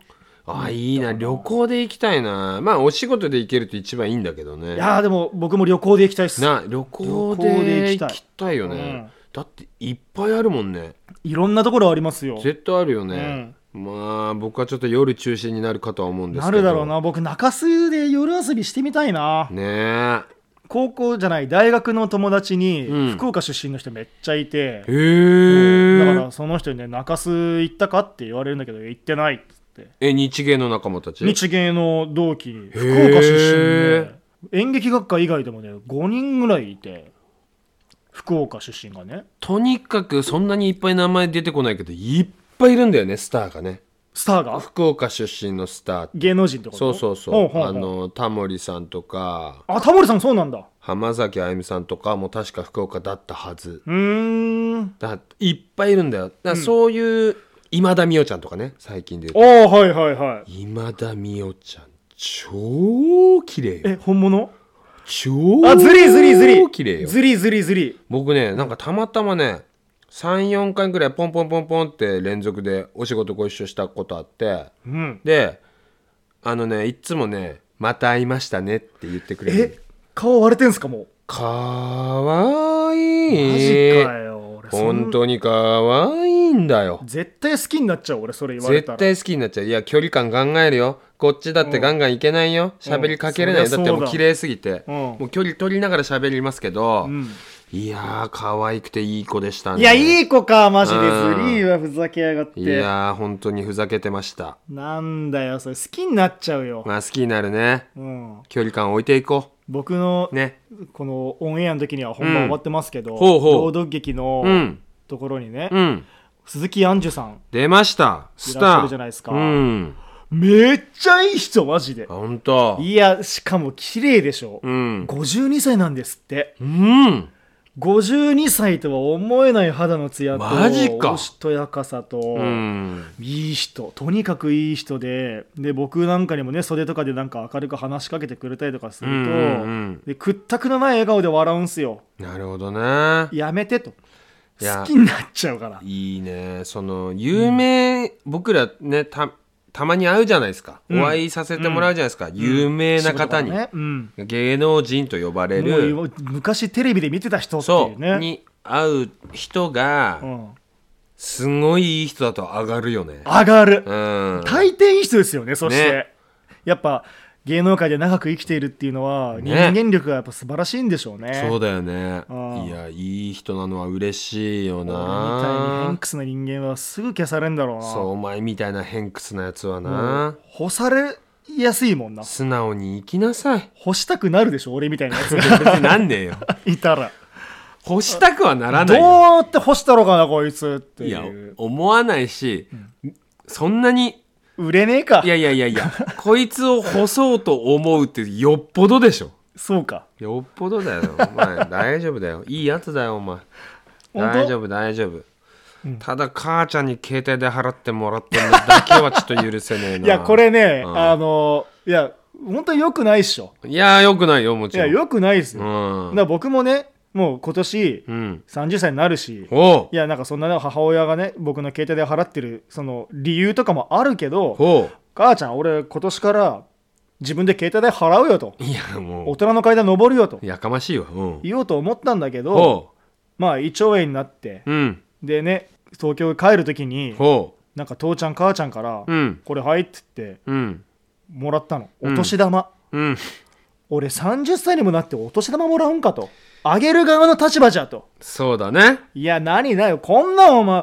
あいいな旅行で行きたいなまあお仕事で行けると一番いいんだけどね
いやーでも僕も旅行で行きたいっす
な旅行
旅行で
で
行きたい
行きたいよ
うん
ねだっていっぱいあるもんね
いろんなところありますよ
絶対あるよねまあ僕はちょっと夜中心になるかとは思うんです
な
けど
るだろうな僕中洲で夜遊びしてみたいな
ね
高校じゃない大学の友達に
うん
福岡出身の人めっちゃいて、
え
そう
へ
だか
え
らその人にね中洲行ったかって言われるんだけど行ってないっつって
え日芸の仲間たち
日芸の同期に
へ
福
ー
岡出身で演劇学科以外でもね5人ぐらいいて福岡出身がね
とにかくそんなにいっぱい名前出てこないけどいっぱいいるんだよねスターがね
スターが
福岡出身のスター
芸能人ってこと
そうそうそう
ほうほうほう
あのタモリさんとか
あタモリさんそうなんだ
浜崎あゆみさんとかも確か福岡だったはず
うーん
だいっぱいいるんだよだからそういう今田美桜ちゃんとかね最近で言
あ
うと
あはいはいはい
今田美桜ちゃん超綺麗よ
え本物
超
あずりずりずり
綺麗よ
ずりずりずり
僕ねなんかたまたまね34回ぐらいポンポンポンポンって連続でお仕事ご一緒したことあって
うん
であのねいっつもね「また会いましたね」って言ってくれ
え
る
顔割れてんすかもう
かわいい
マジかよ俺そん
本当にかわいいんだよ
絶対好きになっちゃう俺それ言われた
絶
ら
対好きになっちゃういや距離感考えるよこっちだってガンガンいけないよ喋りかけれないよ
そ
だ
り
っ
ゃそ
て
うだ
もう綺麗すぎて
うん
もう距離取りながら喋りますけど
うん
いやー可愛くていい子でしたね
いやいい子かマジで
うん
ずりはふざけやがっ
い
て
やー本当にふざけてました
なんだよそれ好きになっちゃうよ、
まあ好きになるね
うん、
距離感置いていこ
僕の
うね
このオンエアの時には本番終わってますけど、
んほうほう
朗読劇
う
の
ん
ところにね、
うん
鈴木杏樹さん
出ましたスター
いらっしゃるじゃないですか
うん
めっちゃいい人マジで
あ本当
いやしかも綺麗でしょ、
うん
52歳なんですって
うん
52歳とは思えない肌のツヤと
マジか
おしとやかさと、
うん
いい人とにかくいい人でで僕なんかにもね袖とかでなんか明るく話しかけてくれたりとかす
うん
る
う
と、
んうん
で屈託のない笑顔で笑うんすよ
なるほどね
やめてと
いや
好きになっちゃうから
いいねその有名、僕らねたたまに会うじゃないですか、
うん
お会いさせてもらうじゃないですか、有名な方に、
仕事とかねうん、
芸能人と呼ばれ
もう
る
今昔テレビで見てた人ってい
そうう、
ね
に会う人
う
が
ん、
すごいいい人だと上がるよね
上がる、
うん
大抵いい人ですよねそして、
ね
やっぱ芸能界で長く生きているっていうのは、人
ね
間力がやっぱ素晴らしいんでしょうね
そうだよね
うん
いやいい人なのは嬉しいよ
俺みたいにヘン
な
クスな人間はすぐ消されるんだろうな
そうお前みたいな偏屈なやつは
も
な
う干されやすいもんな
素直に生きなさい
干したくなるでしょ俺みたいなやつ
別 <laughs>
が
になんねえよ
いたら
干したくはならないよ
どうって干したろかなこいつって
い
い
や
う
思わないし、そんなに
売れねえか
いやいやいやいや <laughs> こいつを干そうと思うってよっぽどでしょ
そうか
よっぽどだよお前大丈夫だよいいやつだよお前
当
大丈夫大丈夫、ただ母ちゃんに携帯で払ってもらってるのだけはちょっと許せねえない
やこれね、
うん
あのいや本当に良くないっしょ
いやよくないよも
い
ちろ
や
ん
良くないですよ、だか
うん
ら僕もねもう今年
うん
30歳になるし、
おう
いやなんかそんなね母親がね僕の携帯で払ってるその理由とかもあるけど
ほ
母ちゃん俺今年から自分で携帯代払うよと
ういやも
大人の階段登るよと
うやかましいわうん
言おうと思ったんだけど
ほ
まあ胃腸炎になって
ううん
でね東京帰る時に
ほ
なんか父ちゃん母ちゃんから
うう
「
ん
これはい」って言って
うん
もらったの
う
お
ん
年玉、
うん
俺30歳にもなってお年玉もらうんかとあげる側の立場じゃと
そうだね
いや何だよこんなんお前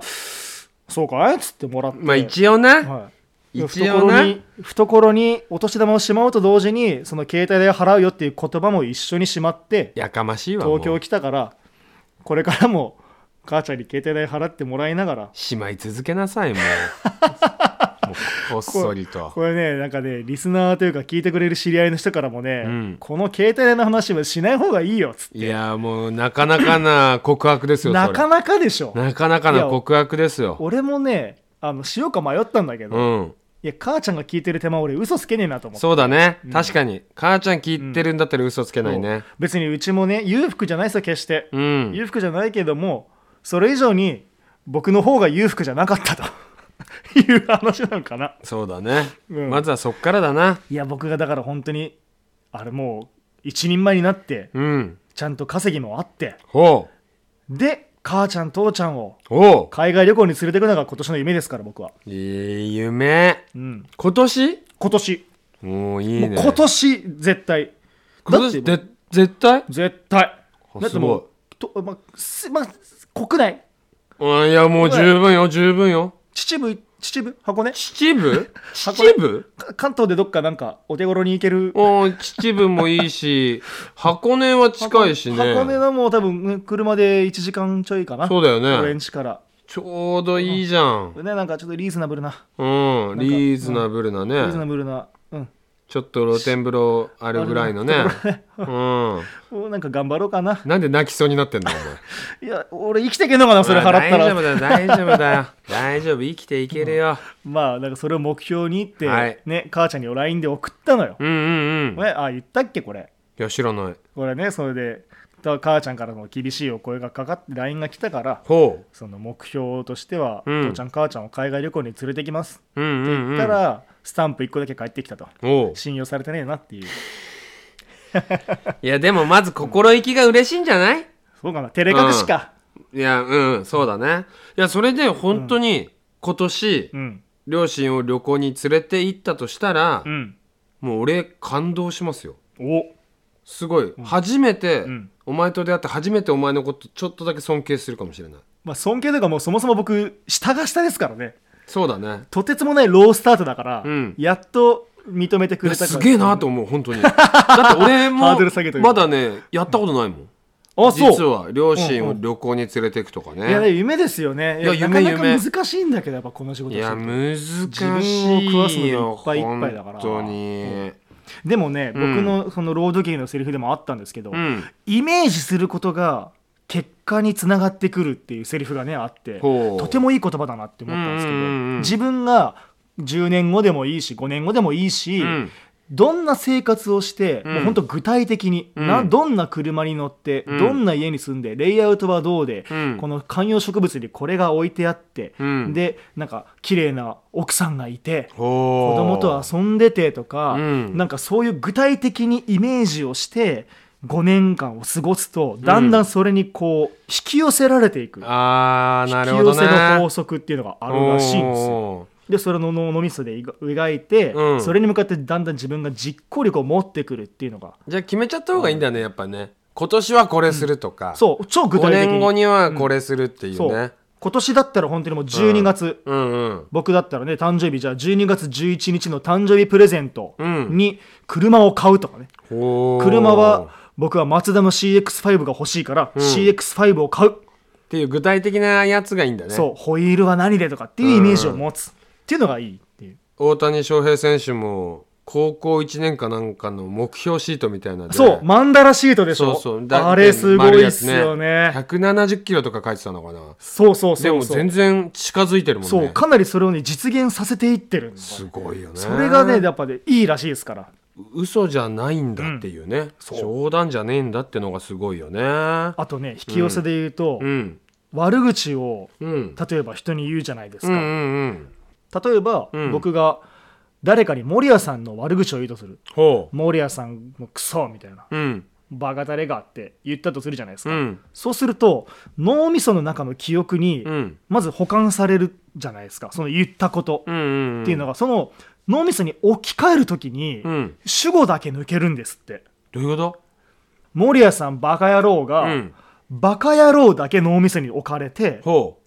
そうかいっつってもらって
まあ一応な、
はい、
一応な
懐に懐にお年玉をしまうと同時にその携帯代払うよっていう言葉も一緒にしまって
やかましいわもう
東京来たからこれからも母ちゃんに携帯代払ってもらいながら
しまい続けなさいも
<laughs>
うもうこっそりと
これねなんかねリスナーというか聞いてくれる知り合いの人からもね、
うん
この携帯代の話はしない方がいいよっつっ
いやもうなかな
<laughs>
かな告白です
て
よ
な
それ
かなかでしょ
なかなか
い
な
や
告白ですよ
俺もねあのしようか迷ったんだけど、
う
い
ん
や母ちゃんが聞いてる手間俺嘘つけねえなと思って
そうだね、
うん
確かに母ちゃん聞いてるんだったら嘘つけないね
別にうちもね裕福じゃないですよ決して、
うん、
裕福じゃないけどもそれ以上に僕の方が裕福じゃなかったと <laughs> いう話なのかな
そうだね、
うん
まずはそっからだない
や僕がだから本当にあれもう一人前になって
うん
ちゃんと稼ぎもあって
ほ
で母ちゃん父ちゃんを
うほ
海外旅行に連れていくのが今年の夢ですから僕は、
ういい夢
うん、
今年
今年
もういい
も
ね
う今年絶対
今
だって
年で絶対
絶対
あ
だってもうと、まあすまあ、国内
うんいやもう十分よ十分よ
秩父秩父箱根
秩父
箱根
秩父
か関東でどっかなんかお手頃に行ける
うん、秩父もいいし、箱根は近いしね。
箱根はもう多分うん車で1時間ちょいかな
そうだよ
俺ん
ね。
家から
ちょうどいいじゃん。
ねなんかちょっとリーズナブルな
うん、リーズナブルな
リーズナ
ね。
ブルなうん
ちちょっと露天風呂あるぐらいのね
<laughs>
うん
おなんか頑張ろうかな
なんで泣きそうになってんだお <laughs> 前
いや俺生きていけんのかなそれ払った
大丈夫
ら
だよ大丈夫だよ大丈夫生きていけるよ
まあなんかそれを目標にって、
はい
ね母ちゃんに LINE で送ったのよ、
<laughs> うんうんうんい
ね、あ言ったっけこれ
や知らない
これねそれでだ母ちゃんからの厳しいお声がかかって LINE が来たから
ほ
その目標としては、
うん
父ちゃん母ちゃんを海外旅行に連れてきます
ううんうんうん
たらスタンプ1個だけ返ってきたと
おう
信用されてねえなっていう
いやでもまず心意気が嬉しいんじゃない
そうかな照れ隠しか
いやうんそうだねいやそれで本当に今年
うん
両親を旅行に連れて行ったとしたら
うん、
もう俺感動しますよ
お
すごい初めて
うん
お前と出会って初めてお前のことちょっとだけ尊敬するかもしれない
まあ尊敬というかもうそもそも僕下が下ですからね
そうだね
とてつもないロースタートだから、
うん
やっと認めてく
い
れ
や
たから
すげえなと
<laughs>
思う本当にだって俺
ハ
も
ードル下げというか
まだねやったことないもん
あそう
実は両親を旅行に連れていくとか
いや
ね
夢ですよね
いや
なかなか
夢夢
難しいんだけどやっぱこの仕事し
い
てる
や
と
難
自分を食わす
し
の
い
でい
よ
っぱいいっぱいだから
本当に
でもね、
うん
僕のそのロードゲーのセリフでもあったんですけど、
うん
イメージすることが結果につながってくるっていうセリフがねあって
ほう
とてもいい言葉だなって思ったんですけど、
うんうんうんうん
自分が10年後でもいいし5年後でもいいし、
うん
どんな生活をして、
うん
もう本当具体的に、
うん
などんな車に乗って、
うん
どんな家に住んでレイアウトはどうで、
うん
この観葉植物にこれが置いてあって、
うん
でなんか綺麗な奥さんがいて、
子
子供と遊んでてとか、
うん
なんかそういう具体的にイメージをして5年間を過ごすとだんだんそれにこう引き寄せられていく、
あーな
引き
るほど
寄
ね
せの法則っていうのがあるらしいんですよ。
よ
でそれの脳みそで描いて、
うん
それに向かってだんだん自分が実行力を持ってくるっていうのが
じゃあ決めちゃった方がいいんだねやっぱね今年はこれするとか
そう超具
5
体的に
年後にはこれするっていう
そ
ね
う今年だったら本当にもう12月、
うんうん
僕だったらね誕生日じゃあ12月11日の誕生日プレゼントに車を買うとかね、
ほー
車は僕はマツダの CX5 が欲しいから、
ん
CX5 を買う、
っていう具体的なやつがいいんだね
そうホイールは何でとかっていうイメージを持つっていうのがいいっていう、
大谷翔平選手も高校1年かなんかの目標シートみたいなので
そうマンダラシートでし
そ
ょ
うそうだ
あれすごいっすよ
丸いや
ね
つ170キロとか書いてたのかな
そうそうそう
でも全然近づいてるもんね
そうかなりそれをね実現させていってるんだよ
すごいよね
それがねやっぱねいいらしいですから
嘘じゃないんだっていうね、冗談じゃねえんだってのがすごいよね
あとね引き寄せで言うと、
うん
悪口を
うん
例えば人に言うじゃないです
うんう
か、
んうん
例えば、
うん
僕が誰かに守谷さんの悪口を言うとする
ほ
守谷さんのクソみたいな
ううん
バカタレがって言ったとするじゃないです
う
か、
ん
そうすると脳みその中の記憶に
うん
まず保管されるじゃないですかその言ったこと
うんうん
っていうのがその脳みそに置き換える時に
うん
主語だけ抜けるんですって
どういうこ
守谷さんバカ野郎が、
とうん
バカ野郎だけ脳みそに置かれて
ほ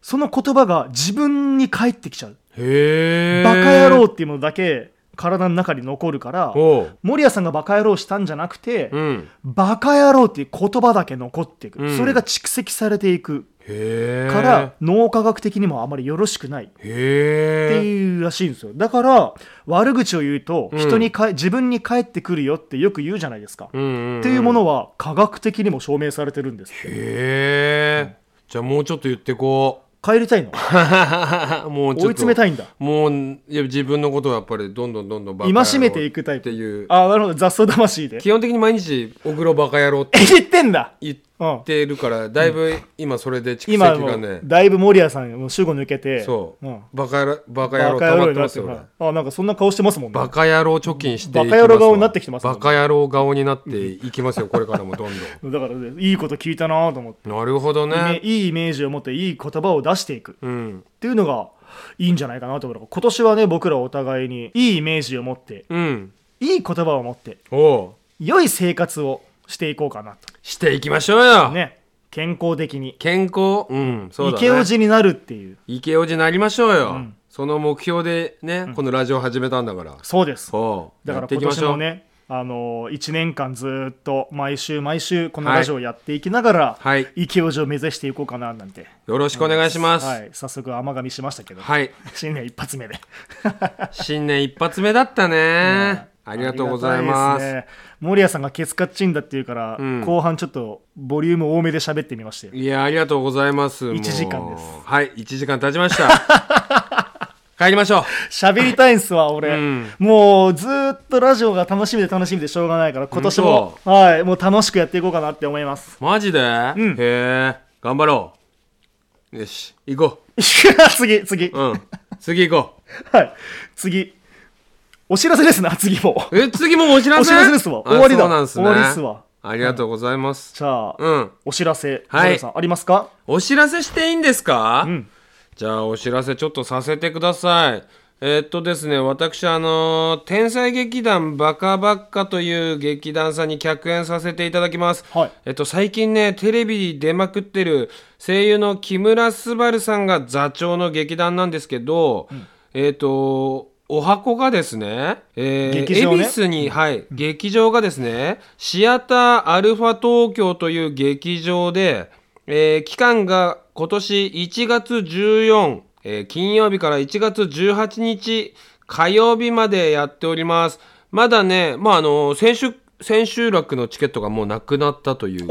その言葉が自分に返ってきちゃう
うへえ
バカ野郎っていうものだけ体の中に残るから
ほう
守谷さんがバカ野郎したんじゃなくて、
うん
バカ野郎っていう言葉だけ残っていく、
うん
それが蓄積されていく
へえ
から脳科学的にもあまりよろしくないっ
へ
て
え
いうらしいんですよだから悪口を言うと
うん
人にかえ、自分に返ってくるよってよく言うじゃないですか、
うんうんうん
っていうものは科学的にも証明されてるんですって
へえじゃあもうちょっと言ってこ
<laughs> 帰りたいの
うもうちょっと
追い詰めたいんだ
もういや自分のことをやっぱりどんどんどんどんバカ野郎
戒めていくタイ
っ
プ
ていう
ああなるほど雑草魂で
基本的に毎日「お風呂バカ野郎」って
え <laughs> 言ってんだ、
言っ
うん、
てるからだいぶ今それで蓄積
今
が
も
ね
だいぶ守谷さんも主語抜けて
そう、
ん、
バカやろバカ
バカ
野郎溜まって
にな
ま
っ
す
て
よ
る
俺
はいあなんかそんな顔してますもんね
バカ野郎貯金していきます
バカ野郎顔になってきてますもん
バカ野郎顔になっていきますよこれからもどんど
だからねいいこと聞いたなと思って、 <laughs>
んなるほど
ね
ね
いいイメージを持っていい言葉を出していくっ
うん
ていうのがいいんじゃないかなと思う今年はね僕らお互いにいいイメージを持って
うん
いい言葉を持って
おう
良い生活をしていこうかな
していきましょうよ、
とね健康的に、
健康うんそうだね
池叔父になるっていう
池おじなりましょうよ、
うん
その目標でね、このラジオ始めたんだから
そうです
そう
だか
や
ら
ってい
今
きま
年
しょ
も
う
ねあの1年間ずーっと毎週毎週このラジオをやっていきながら、
はい
イケオジを目指していこうかななんて
よろしくお願いします
はい、早速甘 <laughs> 噛みしましたけど、
はい
新年一発目で <laughs>
新年一発目だったね。 <laughs> ありがとうございま
あり
す
がたいでね守屋さんがケツカッチンだっていうから、
うん
後半ちょっとボリューム多めで喋ってみましたよ
いやありがとうございますもう
一時間です
はい1時間経ちました
<laughs>
帰りましょ
喋りたいんすわ俺、
うん
もうずーっとラジオが楽しみで楽しみでしょうがないから今年も
本、
はい、もう楽しくやっていこうかなって思います <laughs>
うマジで、
ん
へえ頑張ろうよし行こ
次次、
ううん次行こ
はい次お知らせですな次も
うえ次もうお知らせ
お知らせですわ
あ
終わりだ
そうなんすね
終わりっすわ
ありがとうございます
じゃあ、
うん
お知らせ、
はい
森田さんありますか
お知らせしていいんですか、
ん
じゃあお知らせちょっとさせてくださいえーっとですね私あの天才劇団バカバッカという劇団さんに客演させていただきます、
はい
えっと最近ねテレビ出まくってる声優の木村昴さんが座長の劇団なんですけど、えっとお箱がですね、えー
劇場ね
恵比寿に、はい、劇場がですね、シアターアルファ東京という劇場で、えー期間が今年1月14、えー金曜日から1月18日火曜日までやっております。まだね、まあ、あの、先週、千秋楽のチケットがもうなくなったという。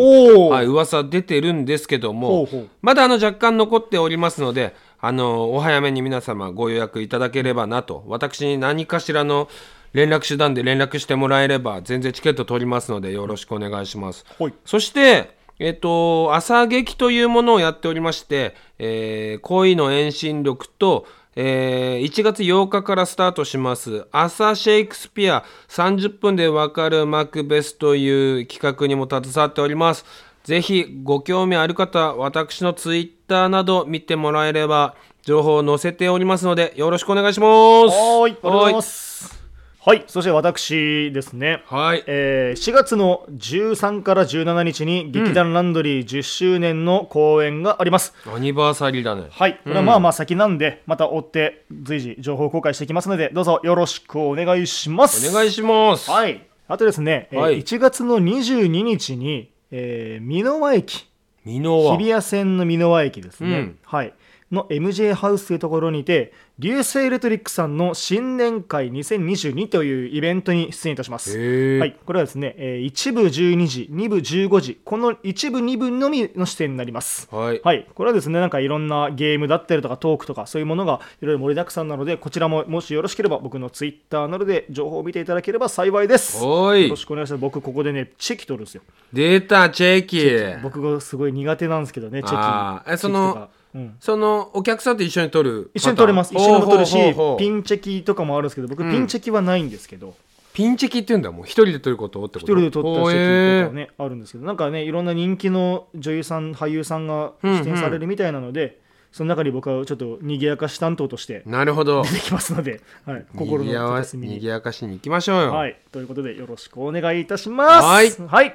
おお、
はい、噂出てるんですけども
ほうほう
まだあの若干残っておりますのであのお早めに皆様ご予約いただければなと私に何かしらの連絡手段で連絡してもらえれば全然チケット取りますのでよろしくお願いします。
ほい
そして、えっと、朝劇というものをやっておりまして、えー恋の遠心力と、えー1月8日からスタートします、朝シェイクスピア30分でわかるマクベスという企画にも携わっております。ぜひご興味ある方、私のツイッターなど見てもらえれば、情報を載せておりますので、よろしくお願いします。
はーい、ありがとうございま
は
す。はい、そして私ですね、
はい
えー4月の13から17日に劇団ランドリー10周年の公演があります。
いアニバーサリーだね。
はい、これはまあまあ先なんで、また追って随時情報公開していきますので、どうぞよろしくお願いします。
お願いします。
はい、あとですね、えー
はい
1月の22日に、えー、美濃輪駅、
美濃は
日比谷線の美濃輪駅ですね、
うん
はいの MJ ハウスというところにて流星エレクトリックさんの新年会2022というイベントに出演いたします、
へー
はい、これはですね、えー一部12時二部15時この一部二部のみの視点になります
はい。
はい、これはですねなんかいろんなゲームだったりとかトークとかそういうものがいろいろ盛りだくさんなのでこちらももしよろしければ僕のツイッターなどで情報を見ていただければ幸いですよ
おい
ろしくお願いします僕ここでねチェキ取るんですよ
出たチェキ
僕がすごい苦手なんですけどねチェ
あ
キ
ーえその
チェキとかうん
そのお客さんと一緒に撮る
一緒に撮れます一
パ
緒に
ターン
も撮るし
ほうほうほう
ピンチェキとかもあるんですけど僕
うん
ピンチェキはないんですけど
ピンチェキって言うんだもう一人で撮ることってこ
一
と
人で撮ったチェキとか
ほうへ
ねあるんですけどなんかねいろんな人気の女優さん俳優さんが出演されるみたいなのでその中に僕はちょっと賑やかし担当として
ーなるほど
できますので、はい、 <laughs> 心
にぎや
の
わ
片隅
にぎ
に。
やかしに行きましょうよ、
はい、ということでよろしくお願いいたします。
はい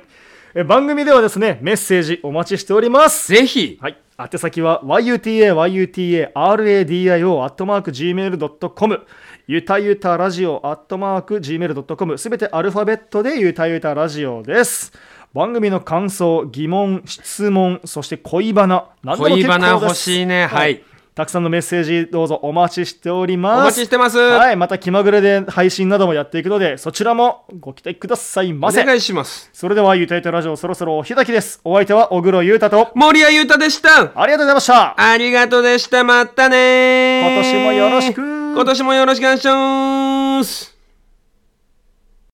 え番組ではですねメッセージお待ちしております。
ぜひ
はい、宛先は yutayutaradio.gmail.com ゆたゆたラジオ .gmail.com すべてアルファベットでゆたゆたラジオです。番組の感想、疑問、質問、そして恋バナ、何でも
恋
結構
バ
です
ナ欲しいねはい。
たくさんのメッセージどうぞお待ちしており
お
ます。
待ちしてます、
はい、また気まぐれで配信などもやっていくので、そちらもご期待ください
お
ませ。
願いします
それでは、ゆたゆたラジオそろそろお開きです。お相手は、小黒ゆうたと、
森谷裕太でした
ありがとうございました。
ありがとうでしたまたねー
今年もよろしく
今年もよろしくお願いします